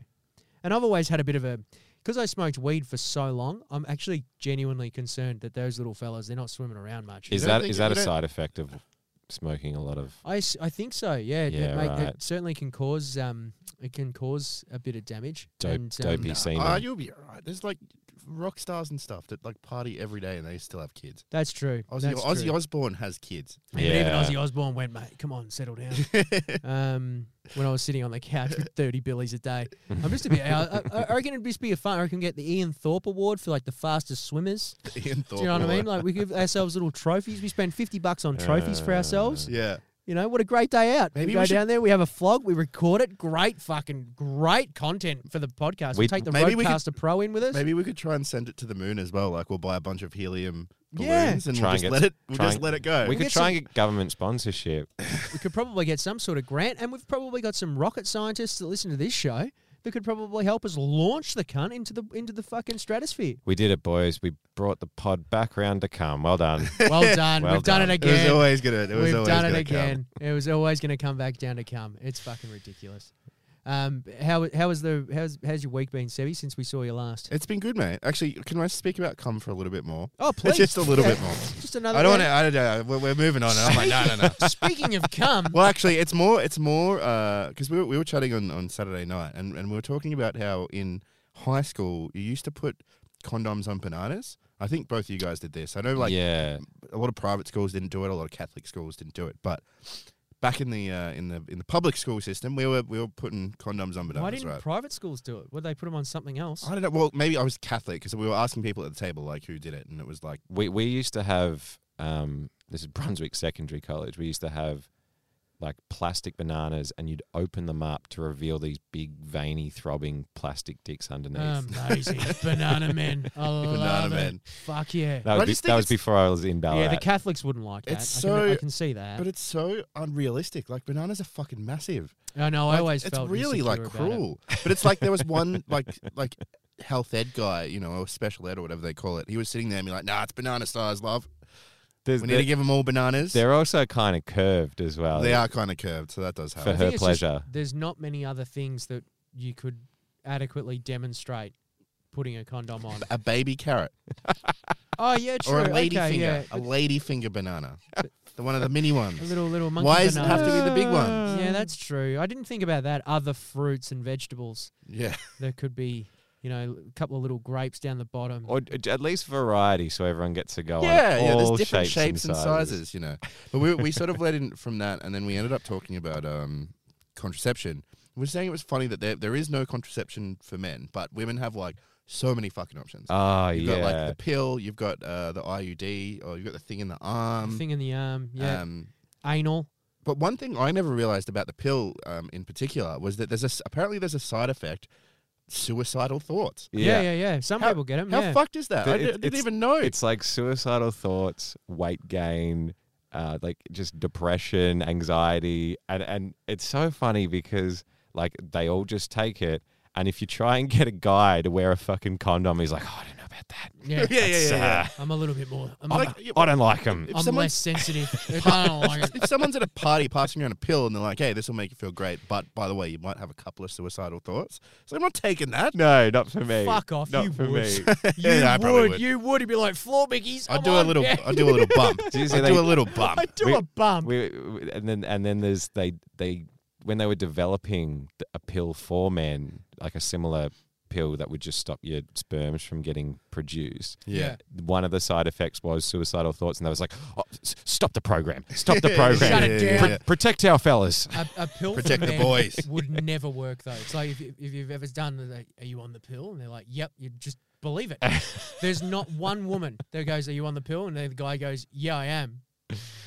And I've always had a bit of a because I smoked weed for so long. I'm actually genuinely concerned that those little fellas they're not swimming around much.
is
don't
that
think-
is that
you
a
don't-
side effect of smoking a lot of?
I, s- I think so. Yeah, it- it
Yeah,
make-
right.
it certainly can cause um it can cause a bit of damage.
Dope-
and,
dopey
um,
s- semen.
Ah, you'll be alright. There's like rock stars and stuff that like party every day and they still have kids.
That's true.
Ozzy,
that's
Ozzy
true.
Osbourne has kids.
Yeah.
Yeah. But even Ozzy Osbourne went, mate. Come on, settle down. um, when I was sitting on the couch with thirty billies a day, I'm just a bit. I, I, I reckon it'd just be a fun. I reckon get the Ian Thorpe Award for like the fastest swimmers.
Ian Thorpe.
Do you know what I mean?
Award.
Like we give ourselves little trophies. We spend fifty bucks on trophies for
Uh,
ourselves.
yeah.
You know what a great day out.
Maybe
we go
we should-
down there. We have a flog. We record it. Great fucking great content for the podcast. We
We-
will take the
maybe we could-
Roadcaster Pro in with us.
Maybe we could try and send it to the moon as well. Like we'll buy a bunch of helium balloons
Yeah.
Try and
and we'll just
get-
let it. We'll
try
just
and-
let it go.
We could
get
try and get government sponsorship.
we could probably get some sort of grant, and we've probably got some rocket scientists that listen to this show that could probably help us launch the cunt into the into the fucking stratosphere.
We did it, boys. We brought the pod back round to come. Well done.
Well done,
Well
we've done
done.
it
it was
again.
always gonna. It was
we've
always
done it
gonna
again. It was always going to come back down to cum. It's fucking ridiculous. Um, how how was the how's how's your week been, Sebi? Since we saw you last?
Come. It's been good, mate. Actually, can I speak about cum for a little bit more?
Oh, please,
Just a little
Yeah.
bit more.
Just another.
I don't want to. I don't know. We're, we're moving on. And I'm like, no, no, no.
Speaking of cum,
Well, actually, it's more. It's more because we were, we were chatting on, on Saturday night, and, and we were talking about how in high school you used to put condoms on bananas. I think both of you guys did this. I know, like
yeah.
a lot of private schools didn't do it. A lot of Catholic schools didn't do it. But back in the uh, in the in the public school system, we were we were putting condoms on bananas.
why didn't
right?
private schools do it? Would they put them on something else?
I don't know. Well, maybe I was Catholic because we were asking people at the table like who did it, and it was like
We we used to have um this is Brunswick Secondary College. We used to have like plastic bananas and you'd open them up to reveal these big veiny throbbing plastic dicks underneath.
Um, Amazing, banana men. I love
banana
it.
men.
Fuck yeah.
that
I
was, be-
just think
that was
it's-
before I was in Ballarat.
Yeah, the Catholics wouldn't like that.
It's
I can, I
so-
can see that.
But it's so unrealistic. Like bananas are fucking massive.
I know. I
Like,
always
it's
felt
really like
insecure about it.
cruel. But it's like there was one like like health ed guy, you know, or special ed or whatever they call it. He was sitting there and be like, "Nah, it's banana stars, love.
There's-
We need to give them all bananas." They're,
they're also kind of curved as well.
kind of curved, so that does
for
I
help.
think
her
it's just-
pleasure.
There's not many other things that you could adequately demonstrate putting a condom on.
A baby carrot
oh yeah, true.
or a lady
okay,
finger,
yeah.
a lady finger banana, the one of the mini
A
ones.
little little monkey
Why does it
banana.
have to be the big one?
yeah, that's true. I didn't think about that. Other fruits and vegetables.
Yeah,
There could be, you know, a couple of little grapes down the bottom.
or d- at least variety, so everyone gets to go
yeah,
on
yeah.
Oh, all
There's different shapes, and, sizes.
sizes.
you know. But we we sort of led in from that, and then we ended up talking about um, contraception. We We're saying it was funny that there there is no contraception for men, but women have like so many fucking options.
Oh,
You've
yeah.
got like the pill, you've got uh, the IUD, or you've got the thing in the arm.
thing in the arm. Yeah,
Um,
anal.
but one thing I never realized about the pill um, in particular was that there's a s- apparently there's a side effect, suicidal thoughts.
Yeah, yeah, yeah. Some
How-
people get them.
How
yeah.
fucked is that?
But
I
it-
d- didn't
it's-
even know.
It's like suicidal thoughts, weight gain, uh, like just depression, anxiety, and and it's so funny because like they all just take it, and if you try and get a guy to wear a fucking condom, he's like, oh, I don't know about that. uh,
Yeah.
yeah, yeah, yeah, yeah.
I'm a little bit more. I'm,
Like,
I'm,
you-
I don't like him.
if
I'm
someone's-
less sensitive. If I don't like it.
if someone's at a party passing around a pill and they're like, "Hey, this will make you feel great," but by the way, you might have a couple of suicidal thoughts. So I'm not taking that.
No, not for me.
Fuck off,
Not
you
for
would.
me.
You
Yeah, I probably
would,
would.
You would. You'd be like, floor biggies.
I
I'm
do a
on,
little.
yeah."
I do a little bump.
Do you see
I
they-
do a little bump.
I do
We-
a bump.
we, we- and then and then there's they they when they were developing th- a pill for men like a similar pill that would just stop your sperms from getting produced
Yeah.
one of the side effects was suicidal thoughts and they was like oh, s- stop the program stop the program
Shut it down.
Pr- protect our fellas
A, a pill for
Protect the
men
boys.
would never work though. It's like if, you- if you've ever done, they're like, are you on the pill? And they're like, yep. You just believe it. There's not one woman that goes, are you on the pill? And then the guy goes, yeah, I am.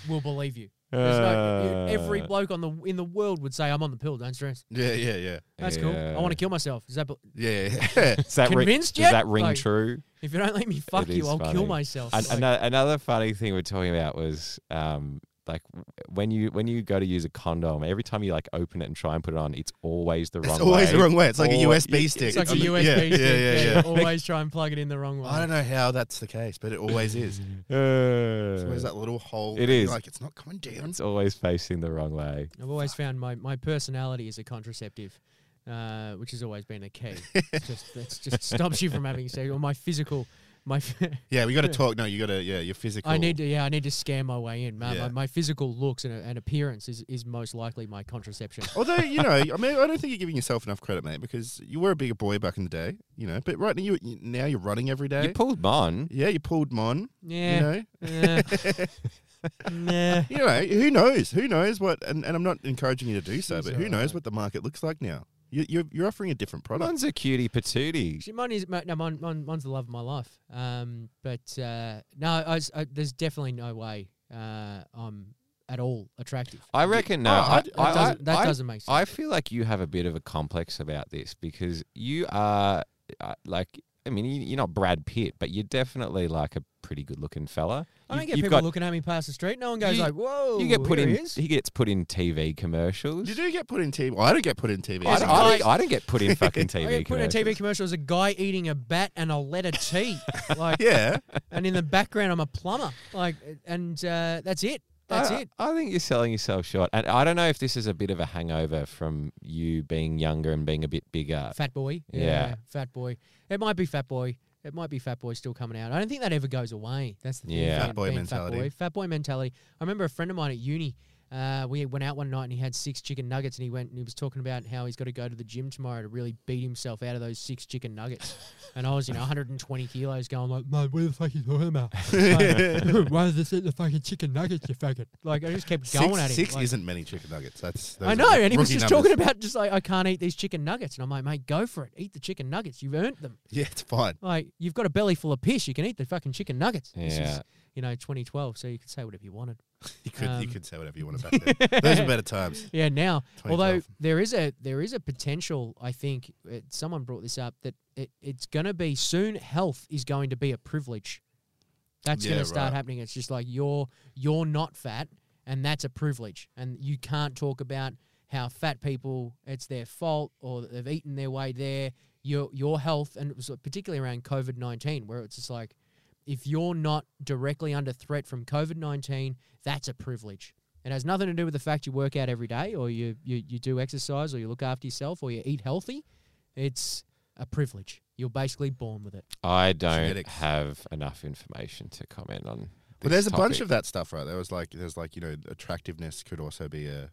We'll believe you. There's no, every
Uh,
bloke on the in the world would say, "I'm on the pill. Don't stress."
Yeah, yeah, yeah.
That's cool. I want
yeah.
to kill myself. Is that bu-
Yeah, yeah.
Is that ri-
Convinced
Does
yet?
that ring
Like-
true?
if you don't let me fuck you,
is
I'll kill
funny.
myself.
An-
Like,
ano- another funny thing we're talking about was um, like w- when you when you go to use a condom, every time you like open it and try and put it on, it's always the wrong
it's always
way.
the wrong way. It's like a
Always-
USB stick.
it's like a
on the-
USB
yeah,
stick.
Yeah, yeah, yeah.
Always try and plug it in the wrong way.
I don't know how that's the case, but it always is. It's always
Uh,
that little hole.
It
and you're
is.
Like, it's not coming down.
it's always facing the wrong way.
I've always found my, my personality is a contraceptive, uh, which has always been a key. It's just it just stops you from having sex. Or my physical, my f-
Yeah, we got to talk. No, you got to, yeah, your physical.
I need to yeah I need to scare my way in. My,
Yeah.
my, my physical looks and, and appearance is, is most likely my contraception.
Although, you know, I mean, I don't think you're giving yourself enough credit, mate, because you were a bigger boy back in the day, you know, but right now, you, you- now you're running every day.
You pulled Mon.
yeah, you pulled Mon.
Yeah.
You know,
Uh, nah.
you know, who knows? Who knows what? And, and I'm not encouraging you to do so,
She's
but who
all
knows
right.
what the market looks like now? You, you're, you're offering a different product.
Mon's a cutie patootie.
Actually, mine is my- no, mine, mine, mine's the love of my life. Um, but uh, no, I, was- I, there's definitely no way uh, I'm at all attractive.
I reckon no.
Oh,
I,
I-
That,
I,
doesn't, that
I,
doesn't make sense.
I feel like you have a bit of a complex about this because you are uh, like. I mean, you- you're not Brad Pitt, but you're definitely like a pretty good-looking fella.
I don't
You've-
get
you've
people
got-
looking at me past the street. No one goes
You-
like, "Whoa!"
You get put
here
in.
he
He,
is."
gets put in TV commercials.
You do get put in TV. Well, I don't get put in TV.
I,
It's
don't-
a
I
guy-
don't, I don't get put in fucking TV.
I get put in a TV
commercials.
commercial as a guy eating a bat and a letter T, like,
yeah.
and in the background I'm a plumber, like, and uh, that's it. That's
I,
it.
I think you're selling yourself short, and I don't know if this is a bit of a hangover from you being younger and being a bit bigger.
Fat boy. Yeah,
Yeah.
Fat boy. It might be fat boy. It might be fat boy still coming out. I don't think that ever goes away. That's the thing.
Yeah.
being-
Fat boy
being
mentality.
Fat boy, fat boy mentality. I remember a friend of mine at uni. Uh, we went out one night and he had six chicken nuggets and he went and he was talking about how he's got to go to the gym tomorrow to really beat himself out of those six chicken nuggets. and I was, you know, 120 kilos going like, mate, what the fuck are you talking about? Like, Why does this eat the fucking chicken nuggets, you faggot? Like, I just kept going
six
at him.
six
like-
isn't many chicken nuggets. That's those
I
are
know,
roo-
and he was
rookie
just
numbers.
talking about just like I can't eat these chicken nuggets, and I'm like, mate, go for it, eat the chicken nuggets, you've earned them.
Yeah, it's fine.
Like you've got a belly full of piss, you can eat the fucking chicken nuggets. This
Yeah.
is, you know, 2012, so you could say whatever you wanted.
You could you
Um,
could say whatever you want about that. Those are better times.
Yeah, now, although
2012.
there is a there is a potential, I think it, someone brought this up that it, it's going to be soon. Health is going to be a privilege. That's
Yeah,
going to start
right.
happening. It's just like you're you're not fat, and that's a privilege, and you can't talk about how fat people it's their fault or that they've eaten their way there. Your your health, and it was particularly around COVID nineteen, where it's just like if you're not directly under threat from COVID 19, that's a privilege. It has nothing to do with the fact you work out every day or you, you, you do exercise or you look after yourself or you eat healthy. It's a privilege. You're basically born with it.
I don't
Genetics.
have enough information to comment on. this
But there's a bunch
topic.
of that stuff, right? There was like there's like you know attractiveness could also be a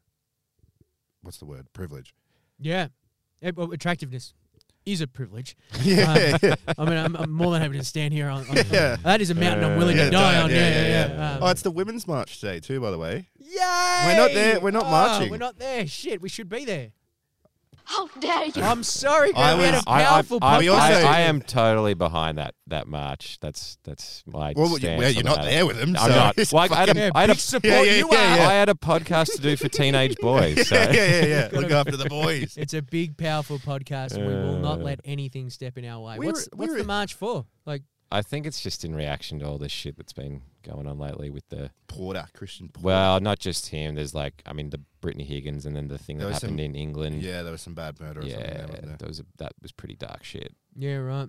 what's the word privilege.
Yeah. Eh, well, attractiveness is a privilege.
yeah, yeah.
I mean, I'm, I'm more than happy to stand here. On, on-
Yeah.
That is a mountain I'm willing
Yeah,
to die
die on,
on. Yeah,
yeah,
yeah,
yeah,
yeah.
yeah.
Um,
Oh, it's the women's march today too, by the way.
Yay!
We're not there- we're not
Oh,
marching.
We're not there. Shit, we should be there.
How dare you!
I'm sorry,
I
Grant. We had
was-
a
I, I,
powerful
I,
We
podcast.
also-
I, I am totally behind that that march. That's that's my.
Well, you,
stance
well, you're
on
not
that.
there with them.
I'm
so
not.
it's
Well, I had
fucking-
a-
Yeah,
I had a-
big support
Yeah, yeah,
you
yeah,
are.
yeah.
I had a podcast to do for teenage boys. So.
yeah, yeah, yeah, yeah. Look after the boys.
It's a big, powerful podcast, and we will not
Uh,
let anything step in our way.
we
what's
were- we
what's
were-
the march for? Like,
I think it's just in reaction to all this shit that's been going on lately with the
Porter, Christian Porter.
well, not just him. There's like I mean the Brittany Higgins and then the thing
There
that
was
happened
some-
in England.
yeah, there was some bad murder. Or something
yeah,
there, wasn't there?
that was a, that was pretty dark shit.
yeah, right.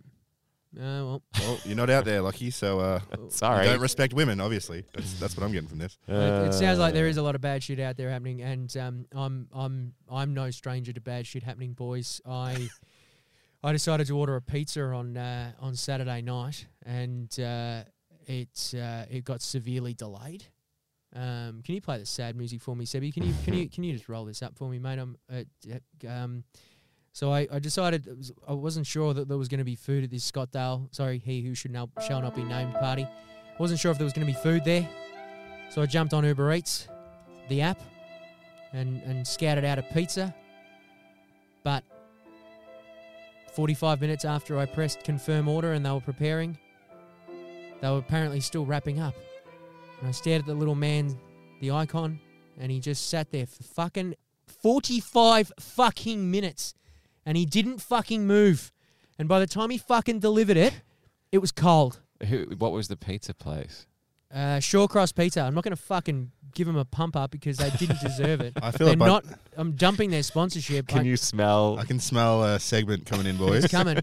Uh, well,
Well, you're not out there, Lucky. So uh,
Sorry,
you don't respect women, obviously. That's that's what I'm getting from this.
it, it sounds like there
Uh,
is a lot of bad shit out there happening, and um, I'm I'm I'm no stranger to bad shit happening, boys. I I decided to order a pizza on uh, on Saturday night, and uh, it uh, it got severely delayed. Um, can you play the sad music for me, Sebby? Can you can you can you just roll this up for me, mate? I'm uh, d- um, so I, I decided it was, I wasn't sure that there was going to be food at this Scottdale. Sorry, he who should now shall not be named party. Wasn't sure if there was going to be food there, so I jumped on Uber Eats, the app, and and scouted out a pizza. But 45 minutes after I pressed confirm order and they were preparing, they were apparently still wrapping up. And I stared at the little man, the icon, and he just sat there for fucking 45 fucking minutes and he didn't fucking move. And by the time he fucking delivered it, it was cold.
Who? What was the pizza place?
Uh, Shawcross Pizza. I'm not going to fucking give them a pump up because they didn't deserve it.
I feel
They're
like my-
not. I'm dumping their sponsorship.
Can
I-
you smell?
I can smell a segment coming in, boys.
it's coming.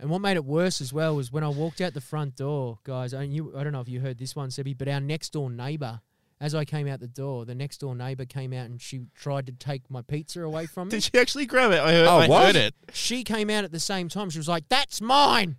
And what made it worse as well was when I walked out the front door, guys. I, you, I don't know if you heard this one, Sebby, but our next door neighbour, as I came out the door, the next door neighbour came out and she tried to take my pizza away from me.
Did she actually grab it? I heard,
Oh,
I
what?
heard it.
she came out at the same time. She was like, "That's mine."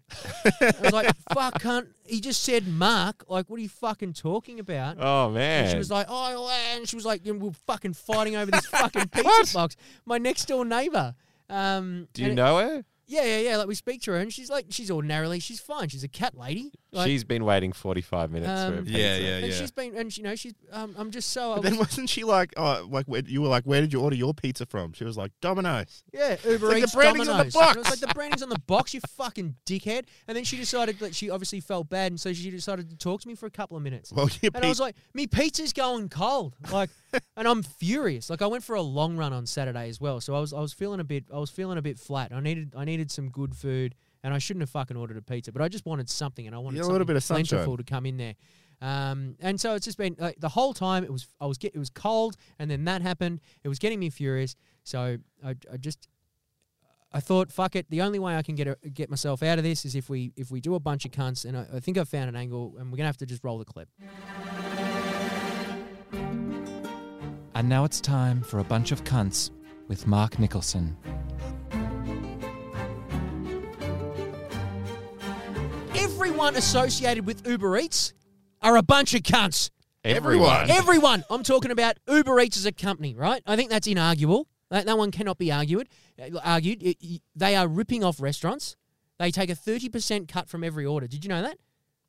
I was like, "Fuck, cunt!" He just said, "Mark." Like, what are you fucking talking about?
oh man!
And she was like, oh, and she was like, you know, we're fucking fighting over this fucking pizza box. My next door neighbor. Um,
Do you
and it-
know her?
Yeah, yeah, yeah. Like we speak to her, and she's like, she's ordinarily, she's fine. She's a cat lady. Like,
She's been waiting 45 minutes
Um,
for a pizza.
Yeah, yeah,
and
yeah.
she's been, and you know, she's. Um, I'm just so.
But then wasn't she like, oh, like where, you were like, where did you order your pizza from? She was like, Domino's.
Yeah, Uber
like the
Eats,
branding's on the
Domino's. And
box.
It was like the branding's on the box, you fucking dickhead. And then she decided that she obviously felt bad, and so she decided to talk to me for a couple of minutes.
Well, your
And I was
pizza.
like, me pizza's going cold. Like, and I'm furious. Like, I went for a long run on Saturday as well, so I was I was feeling a bit I was feeling a bit flat. I needed I needed some good food, and I shouldn't have fucking ordered a pizza, but I just wanted something, and I wanted
Yeah, a
something
little bit of sunshine.
plentiful to come in there. Um, and so it's just been like, the whole time it was I was get, it was cold, and then that happened. It was getting me furious, so I, I just I thought, fuck it. The only way I can get a, get myself out of this is if we if we do a bunch of cunts, and I, I think I've found an angle, and we're gonna have to just roll the clip.
And now it's time for a bunch of cunts with Mark Nicholson.
Everyone associated with Uber Eats are a bunch of cunts.
Everyone.
Everyone. I'm talking about Uber Eats as a company, right? I think that's inarguable. That, that one cannot be argued. uh, Argued. It- y- they are ripping off restaurants. They take a 30% cut from every order. Did you know that?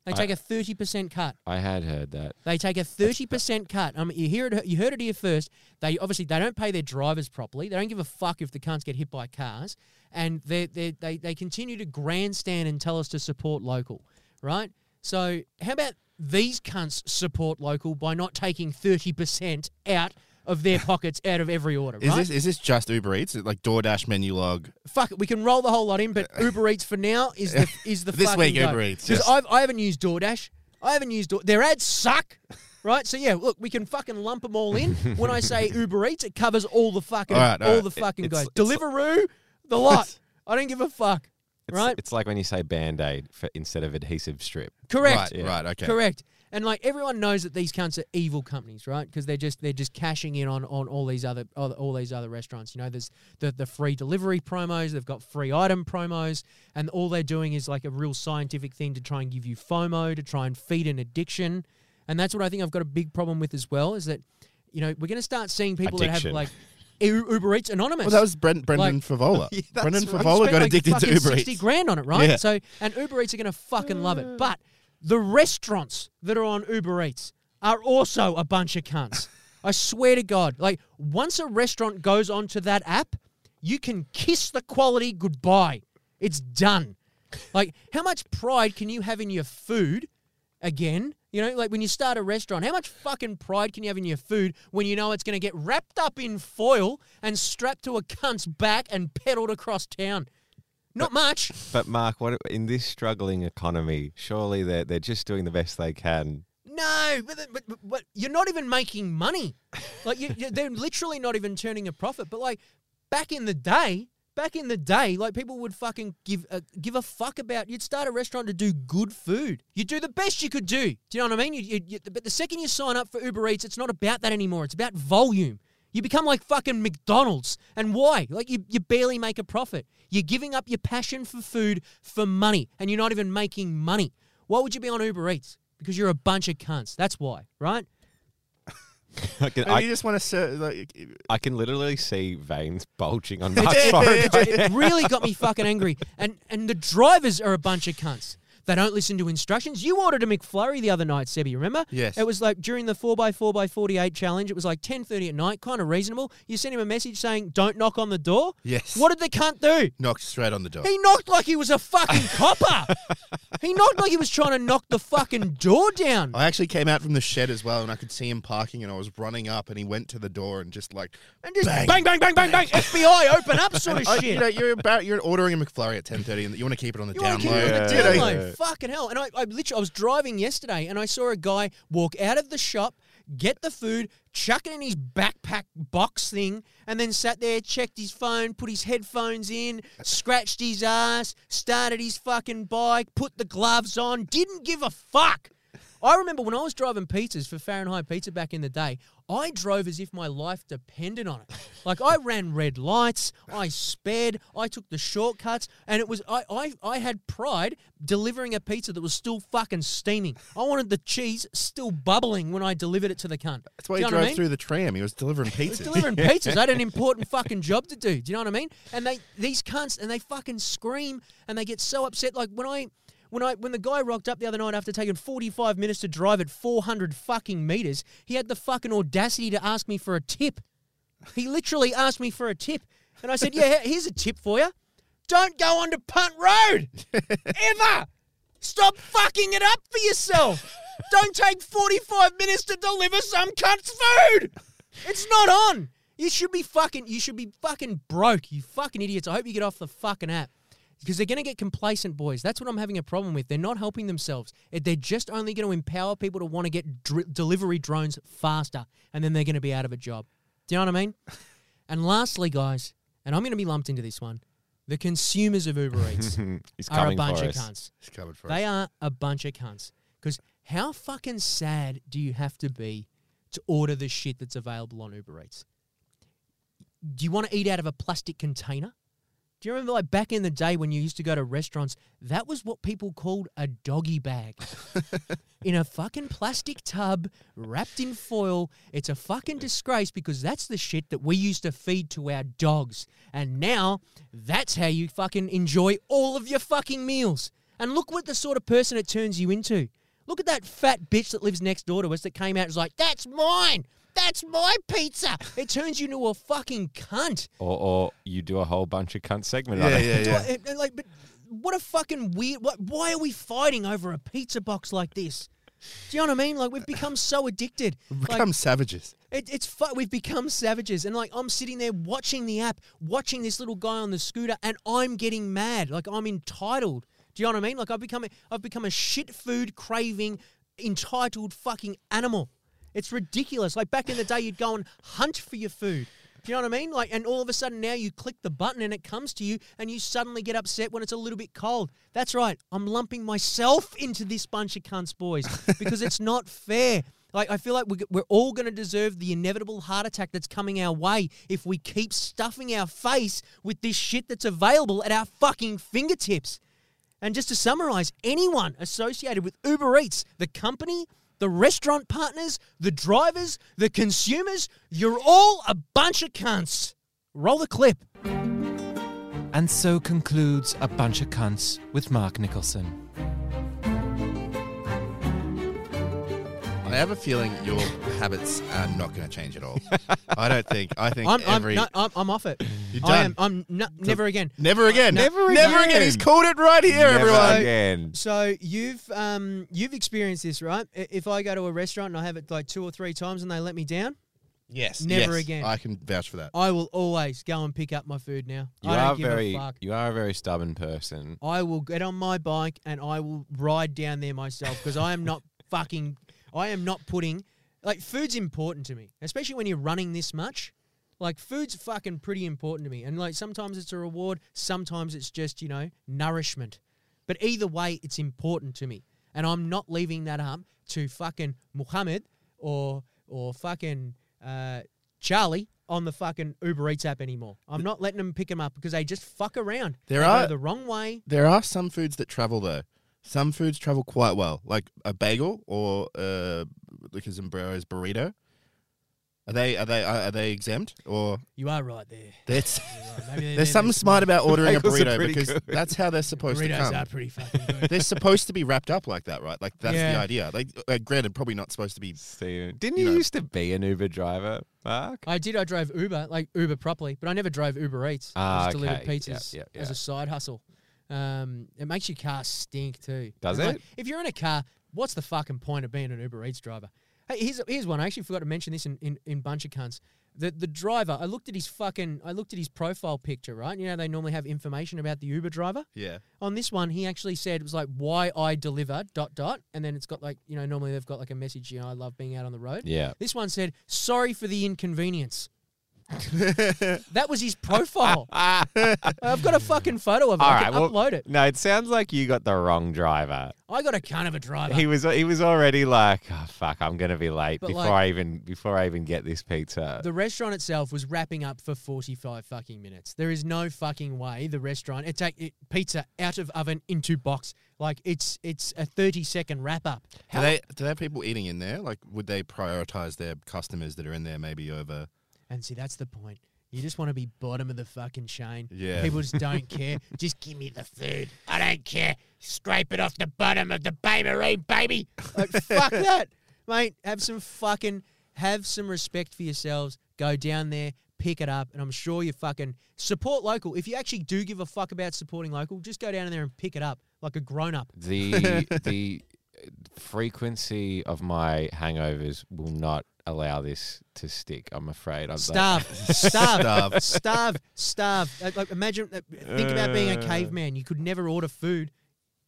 They
I-
take a 30% cut.
I had heard that.
They take a thirty percent cut. I mean, you hear it. You heard it here first. They obviously they don't pay their drivers properly. They don't give a fuck if the cunts get hit by cars, and they they they they continue to grandstand and tell us to support local, right? So how about these cunts support local by not taking thirty percent out of their pockets out of every order,
Is
right?
this is this just Uber Eats? It's like DoorDash menu log.
fuck it, we can roll the whole lot in, but Uber Eats for now is the is the
This
fucking
week,
go.
Uber Eats,
because
yes.
I've I haven't used DoorDash. I haven't used Door- their ads suck. Right, so yeah, look, we can fucking lump them all in. When I say Uber Eats, it covers all the fucking
All right, all
all
right.
the fucking
It's-
guys. Deliveroo, the lot. I don't give a fuck.
It's,
right,
It's like when you say band aid instead of adhesive strip.
correct.
Right,
Yeah.
right, okay.
Correct. And like everyone knows that these cunts are evil companies, right? Because they're just they're just cashing in on on all these other all, all these other restaurants. You know, there's the the free delivery promos. They've got free item promos, and all they're doing is like a real scientific thing to try and give you FOMO to try and feed an addiction. And that's what I think I've got a big problem with as well is that, you know, we're going to start seeing people that
Addiction.
have like U- Uber Eats Anonymous.
Well, that was Brent, Brendan
Like-
Favola.
that's
Brendan
right.
Favola
spent,
got
like,
addicted to
fucking
Uber
60
Eats.
grand on it, right?
Yeah.
So, and Uber Eats are going to fucking love it. But the restaurants that are on Uber Eats are also a bunch of cunts. I swear to God. Like, once a restaurant goes onto that app, you can kiss the quality goodbye. It's done. Like, how much pride can you have in your food again? You know, like when you start a restaurant, how much fucking pride can you have in your food when you know it's going to get wrapped up in foil and strapped to a cunt's back and pedaled across town? Not much.
But Mark, what in this struggling economy, surely they're they're just doing the best they can.
No, but, but, but, but you're not even making money. Like you, you, they're literally not even turning a profit. But like back in the day, back in the day, like people would fucking give a, give a fuck about. You'd start a restaurant to do good food. You do the best you could do. Do you know what I mean? You, you, you, but the second you sign up for Uber Eats, it's not about that anymore. It's about volume. You become like fucking McDonald's. And why? Like you, you barely make a profit. You're giving up your passion for food for money, and you're not even making money. Why would you be on Uber Eats? Because you're a bunch of cunts. That's why, right?
I can,
And
I,
you just want to serve, like,
I can literally see veins bulging on Mark's forehead.
it really got me fucking angry. And and the drivers are a bunch of cunts. They don't listen to instructions. You ordered a McFlurry the other night, Sebby, remember?
Yes.
It was like during the 4x4x48 challenge, it was like 10.30 at night, kind of reasonable. You sent him a message saying, don't knock on the door.
Yes.
What did the cunt do?
Knocked straight on the door.
He knocked like he was a fucking copper. He knocked like he was trying to knock the fucking door down.
I actually came out from the shed as well, and I could see him parking, and I was running up, and he went to the door and just like
And just
bang.
bang, bang, bang, bang, bang, bang. FBI, open up sort
I-
of shit.
You know, you're about you're ordering a McFlurry at ten thirty, and you want to keep it on the
You
down
want to keep
low.
it on the
You know,
down low. Fucking hell. And I, I literally, I was driving yesterday and I saw a guy walk out of the shop, get the food, chuck it in his backpack box thing, and then sat there, checked his phone, put his headphones in, scratched his ass, started his fucking bike, put the gloves on, didn't give a fuck. I remember when I was driving pizzas for Fahrenheit Pizza back in the day, I drove as if my life depended on it. Like I ran red lights, I sped, I took the shortcuts, and it was I, I I had pride delivering a pizza that was still fucking steaming. I wanted the cheese still bubbling when I delivered it to the cunt.
That's why
Do you know
he
what
drove
I mean?
through the tram. He was delivering
was
pizzas.
delivering pizzas. I had an important fucking job to do. Do you know what I mean? And they these cunts and they fucking scream and they get so upset. Like when I when I when the guy rocked up the other night after taking forty five minutes to drive at four hundred fucking meters, he had the fucking audacity to ask me for a tip. He literally asked me for a tip, and I said, "Yeah, here's a tip for you. Don't go onto Punt Road ever. Stop fucking it up for yourself. Don't take 45 minutes to deliver some cunt's food. It's not on. You should be fucking. You should be fucking broke. You fucking idiots. I hope you get off the fucking app." Because they're going to get complacent, boys. That's what I'm having a problem with. They're not helping themselves. It- They're just only going to empower people to want to get dr- delivery drones faster, and then they're going to be out of a job. Do you know what I mean? And lastly, guys, and I'm going to be lumped into this one the consumers of Uber Eats
He's
are a
coming
bunch
for
of
us.
cunts.
He's covered for
They
us.
are a bunch of cunts. Because how fucking sad do you have to be to order the shit that's available on Uber Eats? Do you want to eat out of a plastic container? Do you remember, like back in the day when you used to go to restaurants, that was what people called a doggy bag. in a fucking plastic tub wrapped in foil. It's a fucking disgrace because that's the shit that we used to feed to our dogs. And now that's how you fucking enjoy all of your fucking meals. And look what the sort of person it turns you into. Look at that fat bitch that lives next door to us that came out and was like, that's mine. That's my pizza. It turns you into a fucking cunt.
Or, or you do a whole bunch of cunt segment on
Yeah,
it.
yeah, yeah.
And- and like, but what a fucking weird. What, why are we fighting over a pizza box like this? Do you know what I mean? Like we've become so addicted. Like,
Become savages.
it, it's fu- we've become savages, and like I'm sitting there watching the app, watching this little guy on the scooter, and I'm getting mad. Like I'm entitled. Do you know what I mean? Like I've become a, I've become a shit food craving, entitled fucking animal. It's ridiculous. Like back in the day, you'd go and hunt for your food. Do you know what I mean? Like, and all of a sudden now you click the button and it comes to you, and you suddenly get upset when it's a little bit cold. That's right. I'm lumping myself into this bunch of cunts, boys, because it's not fair. Like, I feel like we're, we're all going to deserve the inevitable heart attack that's coming our way if we keep stuffing our face with this shit that's available at our fucking fingertips. And just to summarize, anyone associated with Uber Eats, the company, the restaurant partners, the drivers, the consumers, you're all a bunch of cunts. Roll the clip.
And so concludes A Bunch of Cunts with Mark Nicholson.
I have a feeling your habits are not going to change at all. I don't think. I think
I'm,
every
I'm, no, I'm, I'm off it.
You're
I
done.
am, I'm no- never again.
never again.
Never
Never
again.
again. He's called it right here,
Never
everyone.
again.
So you've um, you've experienced this, right? I- If I go to a restaurant and I have it like two or three times and they let me down,
Yes.
Never
yes,
again.
I can vouch for that.
I will always go and pick up my food now.
You
I don't
are
give
very
a fuck.
you are a very stubborn person.
I will get on my bike and I will ride down there myself because I am not fucking. I am not putting like food's important to me, especially when you're running this much. Like food's fucking pretty important to me, and like sometimes it's a reward, sometimes it's just you know nourishment. But either way, it's important to me, and I'm not leaving that up to fucking Muhammad or or fucking uh, Charlie on the fucking Uber Eats app anymore. I'm not letting them pick them up because they just fuck around.
There
They go
are-
the wrong way.
There are some foods that travel though. Some foods travel quite well, like a bagel or uh, like a Zambrero's burrito. Are they are they are they exempt or
You are right there.
there's
You're right. Maybe they're-
there's
they're-
something smart about ordering a
Bagels are
burrito
pretty
because
good.
that's how they're supposed to
burritos
come.
are pretty fucking good.
They're supposed to be wrapped up like that, right? Like that's
Yeah.
the idea. Like, uh, granted, probably not supposed to be.
Steven. Didn't you,
You know-
used to be an Uber driver, Mark?
I did. I drove Uber, like Uber properly, but I never drove Uber Eats.
Ah,
I just delivered
okay. Yeah,
pizzas
yeah,
as
yeah.
a side hustle. Um, it makes your car stink too.
Does
It's like,
it?
if you're in a car, what's the fucking point of being an Uber Eats driver? Hey, here's here's one. I actually forgot to mention this in in, in bunch of cunts. The the driver. I looked at his fucking. I looked at his profile picture. Right. You know they normally have information about the Uber driver.
Yeah.
On this one, he actually said it was like why I deliver dot dot, and then it's got like you know normally they've got like a message. You know I love being out on the road.
Yeah.
This one said, "Sorry for the inconvenience." that was his profile.
Ah,
I've got a fucking photo of it.
all
I
right.
can
Well,
upload it.
No, it sounds like you got the wrong driver.
I got a cunt of a driver.
He was he was already like, oh, fuck, I'm gonna be late
But,
before
like-
I even before I even get this pizza.
the restaurant itself was wrapping up for 45 fucking minutes. There is no fucking way the restaurant it take it, pizza out of oven into box like it's it's a 30 second wrap up.
Do they do they have people eating in there? Like, would they prioritize their customers that are in there maybe over?
And see that's the point. You just want to be bottom of the fucking chain.
Yeah.
People just don't care. Just give me the food. I don't care. Scrape it off the bottom of the baby, baby. Like, fuck that. Mate, have some fucking, have some respect for yourselves. Go down there, pick it up, and I'm sure you fucking support local. If you actually do give a fuck about supporting local, just go down there and pick it up like a grown up.
the the frequency of my hangovers will not allow this to stick. I'm afraid. I'm
Starve, starve, starve, starve. Like, Like, imagine, think about being a
Uh.
caveman. You could never order food.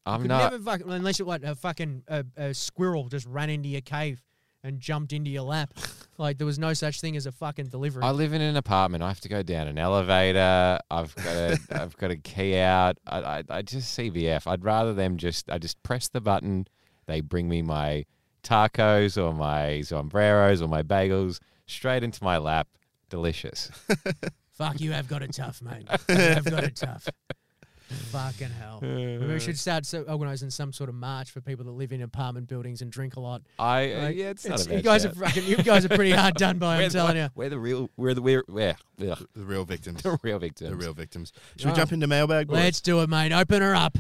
Like, I'm
could
not.
never fucking unless it like a fucking a, a squirrel just ran into your cave and jumped into your lap. like there was no such thing as a fucking delivery.
I live in an apartment. I have to go down an elevator. I've got a, I've got a key out. I, I, I just CBF. I'd rather them just, I just press the button. They bring me my tacos or my sombreros or my bagels straight into my lap. Delicious.
Fuck, you have got it tough, mate. you have got it tough. Fucking hell. Maybe we should start so organising some sort of march for people that live in apartment buildings and drink a lot.
I uh,
Like,
yeah, it's not a
you
bad
guys
shout.
are fucking, you guys are pretty hard done by.
We're
I'm
the-
telling you.
We're the real. We're the we're we're ugh,
The real victims.
the real victims.
the real victims. Should
Wow.
we jump into mailbag? boys?
Oh. Let's do it, mate. Open her up.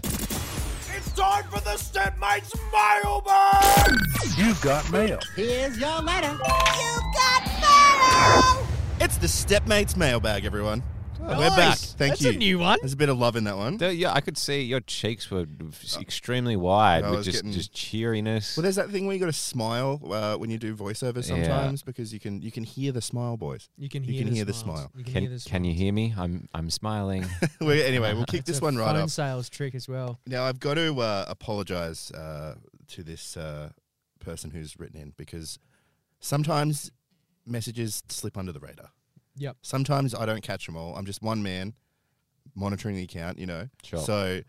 It's the stepmates mailbag, everyone. We're
Nice.
back. Thank
That's
you.
a new one.
There's a bit of love in that one.
The- yeah, I could see your cheeks were
Uh,
f- extremely wide
I
with
was
just
getting-
just cheeriness.
Well, there's that thing where you got to smile uh, when you do voiceover sometimes because you can you can hear the smile, boys.
You can
You
hear
can
the
hear the
smiles.
smile.
You can, hear
can
the
can you hear me? I'm I'm smiling.
Well, anyway, we'll kick
It's
this
a
one right
phone
up.
sales trick as well.
Now, I've got to uh, apologize uh, to this uh, person who's written in because sometimes messages slip under the radar.
Yep.
Sometimes I don't catch them all. I'm just one man monitoring the account, you know.
Sure.
So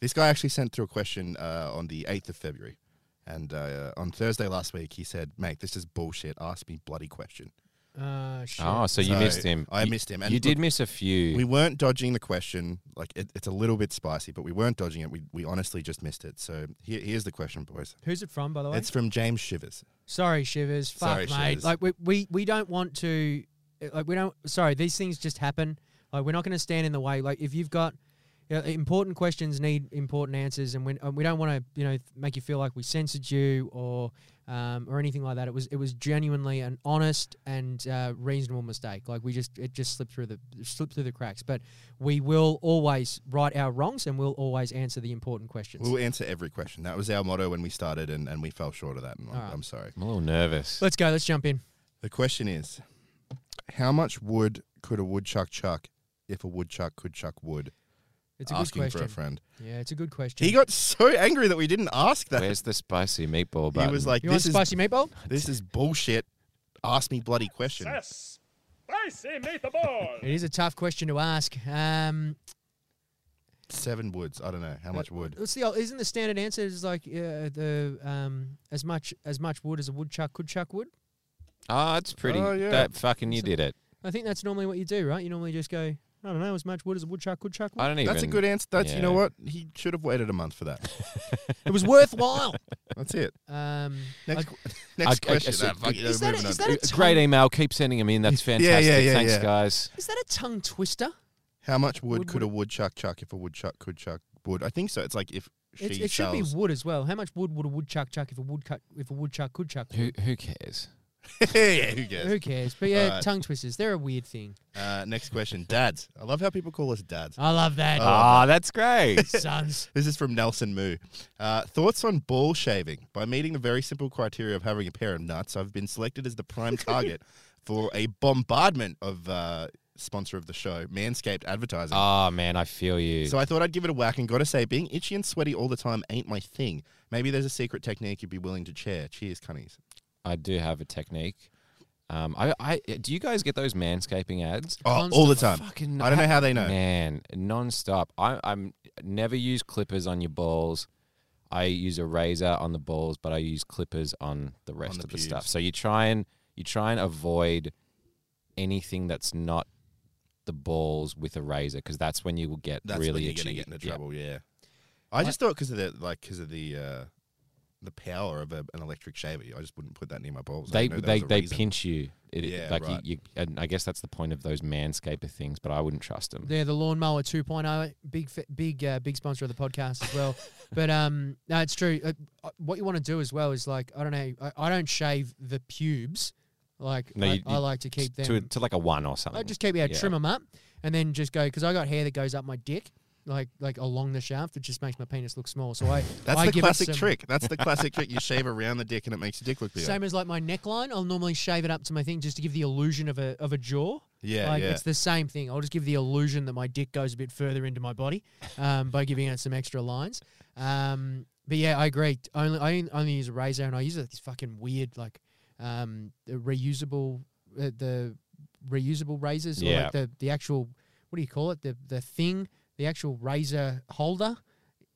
this guy actually sent through a question uh, on the 8th of February. And uh, on Thursday last week, he said, mate, this is bullshit. Ask me bloody question.
Uh, shit.
Oh, so you
So,
missed him.
I
You-
missed him.
you
And
did
look,
miss a few.
We weren't dodging the question. Like, it, it's a little bit spicy, but we weren't dodging it. We, we honestly just missed it. So here, here's the question, boys.
Who's it from, by the way?
It's from James Shivers.
Sorry, Shivers. Fuck,
Sorry,
mate.
Shivers.
Like we, we we don't want to. Like we don't. Sorry, these things just happen. Like we're not going to stand in the way. Like if you've got you know, important questions, need important answers, and we and we don't want to you know make you feel like we censored you or um, or anything like that. It was it was genuinely an honest and uh, reasonable mistake. Like we just it just slipped through the slipped through the cracks. But we will always right our wrongs and we'll always answer the important questions.
We'll answer every question. That was our motto when we started, and, and we fell short of that. And I'm,
All right.
I'm sorry.
I'm a little nervous.
Let's go. Let's jump in.
The question is how much wood could a woodchuck chuck if a woodchuck could chuck wood?
It's a good
Asking
question.
for a friend.
Yeah, it's a good question.
He got so angry that we didn't ask that.
Where's the spicy meatball button?
he was like,
you want
this is,
spicy meatball?
this is bullshit. Ask me bloody question.
Spicy meatball!
It is a tough question to ask. Um,
Seven woods. I don't know. How much wood?
what's the old- oh, isn't the standard answer is like uh, the um, as much as much wood as a woodchuck could chuck wood?
oh, it's pretty.
Oh, yeah.
That fucking you did it.
I think that's normally what you do, right? You normally just go I don't know as much wood as a woodchuck could chuck.
I don't even.
That's a good answer. That's you know
yeah.
what he should have waited a month for that.
It was worthwhile.
That's it.
Um,
Next,
I-
next
I- I-
question.
so-
Ah, fuck it,
is that a-
moving
is
on.
that a
Great email. Keep sending them in. That's fantastic.
Yeah, yeah, yeah,
Thanks,
yeah.
guys.
is that a tongue twister?
How much wood,
Wood
could
would-
a woodchuck chuck if a woodchuck could chuck wood? I think so. It's like if she
It's, it should
sells.
be wood as well. How much wood would a woodchuck chuck if a woodcut if a woodchuck could chuck?
Who who cares?
yeah, who cares?
Who cares? But yeah,
Alright.
tongue twisters. They're a weird thing.
Uh, next question. Dads. I love how people call us dads.
I love
Oh,
that.
Ah, that's great.
Sons.
This is from Nelson Moo. Uh, thoughts on ball shaving? By meeting the very simple criteria of having a pair of nuts, I've been selected as the prime target for a bombardment of uh, sponsor of the show, Manscaped Advertising.
oh man, I feel you.
So I thought I'd give it a whack and gotta say, being itchy and sweaty all the time ain't my thing. Maybe there's a secret technique you'd be willing to share. Cheers, cunnies.
I do have a technique. Um, I, I do you guys get those manscaping ads?
Oh,
Constant-
all the time.
Fucking
I don't know how they know.
man, nonstop. I, I'm never use clippers on your balls. I use a razor on the balls, but I use clippers on the rest
the
of the stuff.
pubes.
So you try and you try and avoid anything that's not the balls with a razor because that's when you will get
That's
really
when you're
itchy.
gonna get into
Yeah.
trouble. Yeah. I just thought because of the like because of the uh, the power of a, an electric shaver, I just wouldn't put that near my balls. I
they
didn't know there
they,
was a
they
reason.
pinch you. It, it-
Yeah,
like
right.
you, you, and I guess that's the point of those manscaper things, but I wouldn't trust them.
They're the lawnmower 2.0, big, fa- big, uh, big sponsor of the podcast as well. but um, no, it's true. Uh, uh, what you want to do as well is like I don't know. I, I don't shave the pubes. Like
No,
I,
you-
I
you-
like to keep them.
to a- to like a one or something.
I just keep yeah,
Yeah.
trim them up, and then just go because I got hair that goes up my dick, like like along the shaft. It just makes my penis look small. So I
That's
I
the
give it
classic
some-
trick. That's the classic trick. You shave around the dick and it makes your dick look bigger.
Same as like my neckline, I'll normally shave it up to my thing just to give the illusion of a of a jaw.
Yeah,
like
yeah.
it's the same thing. I'll just give the illusion that my dick goes a bit further into my body um, by giving it some extra lines. Um, but yeah, I agree. Only I only use a razor, and I use like, this fucking weird like um, the reusable uh, the reusable razors or
Yeah.
like the the actual what do you call it the the thing the actual razor holder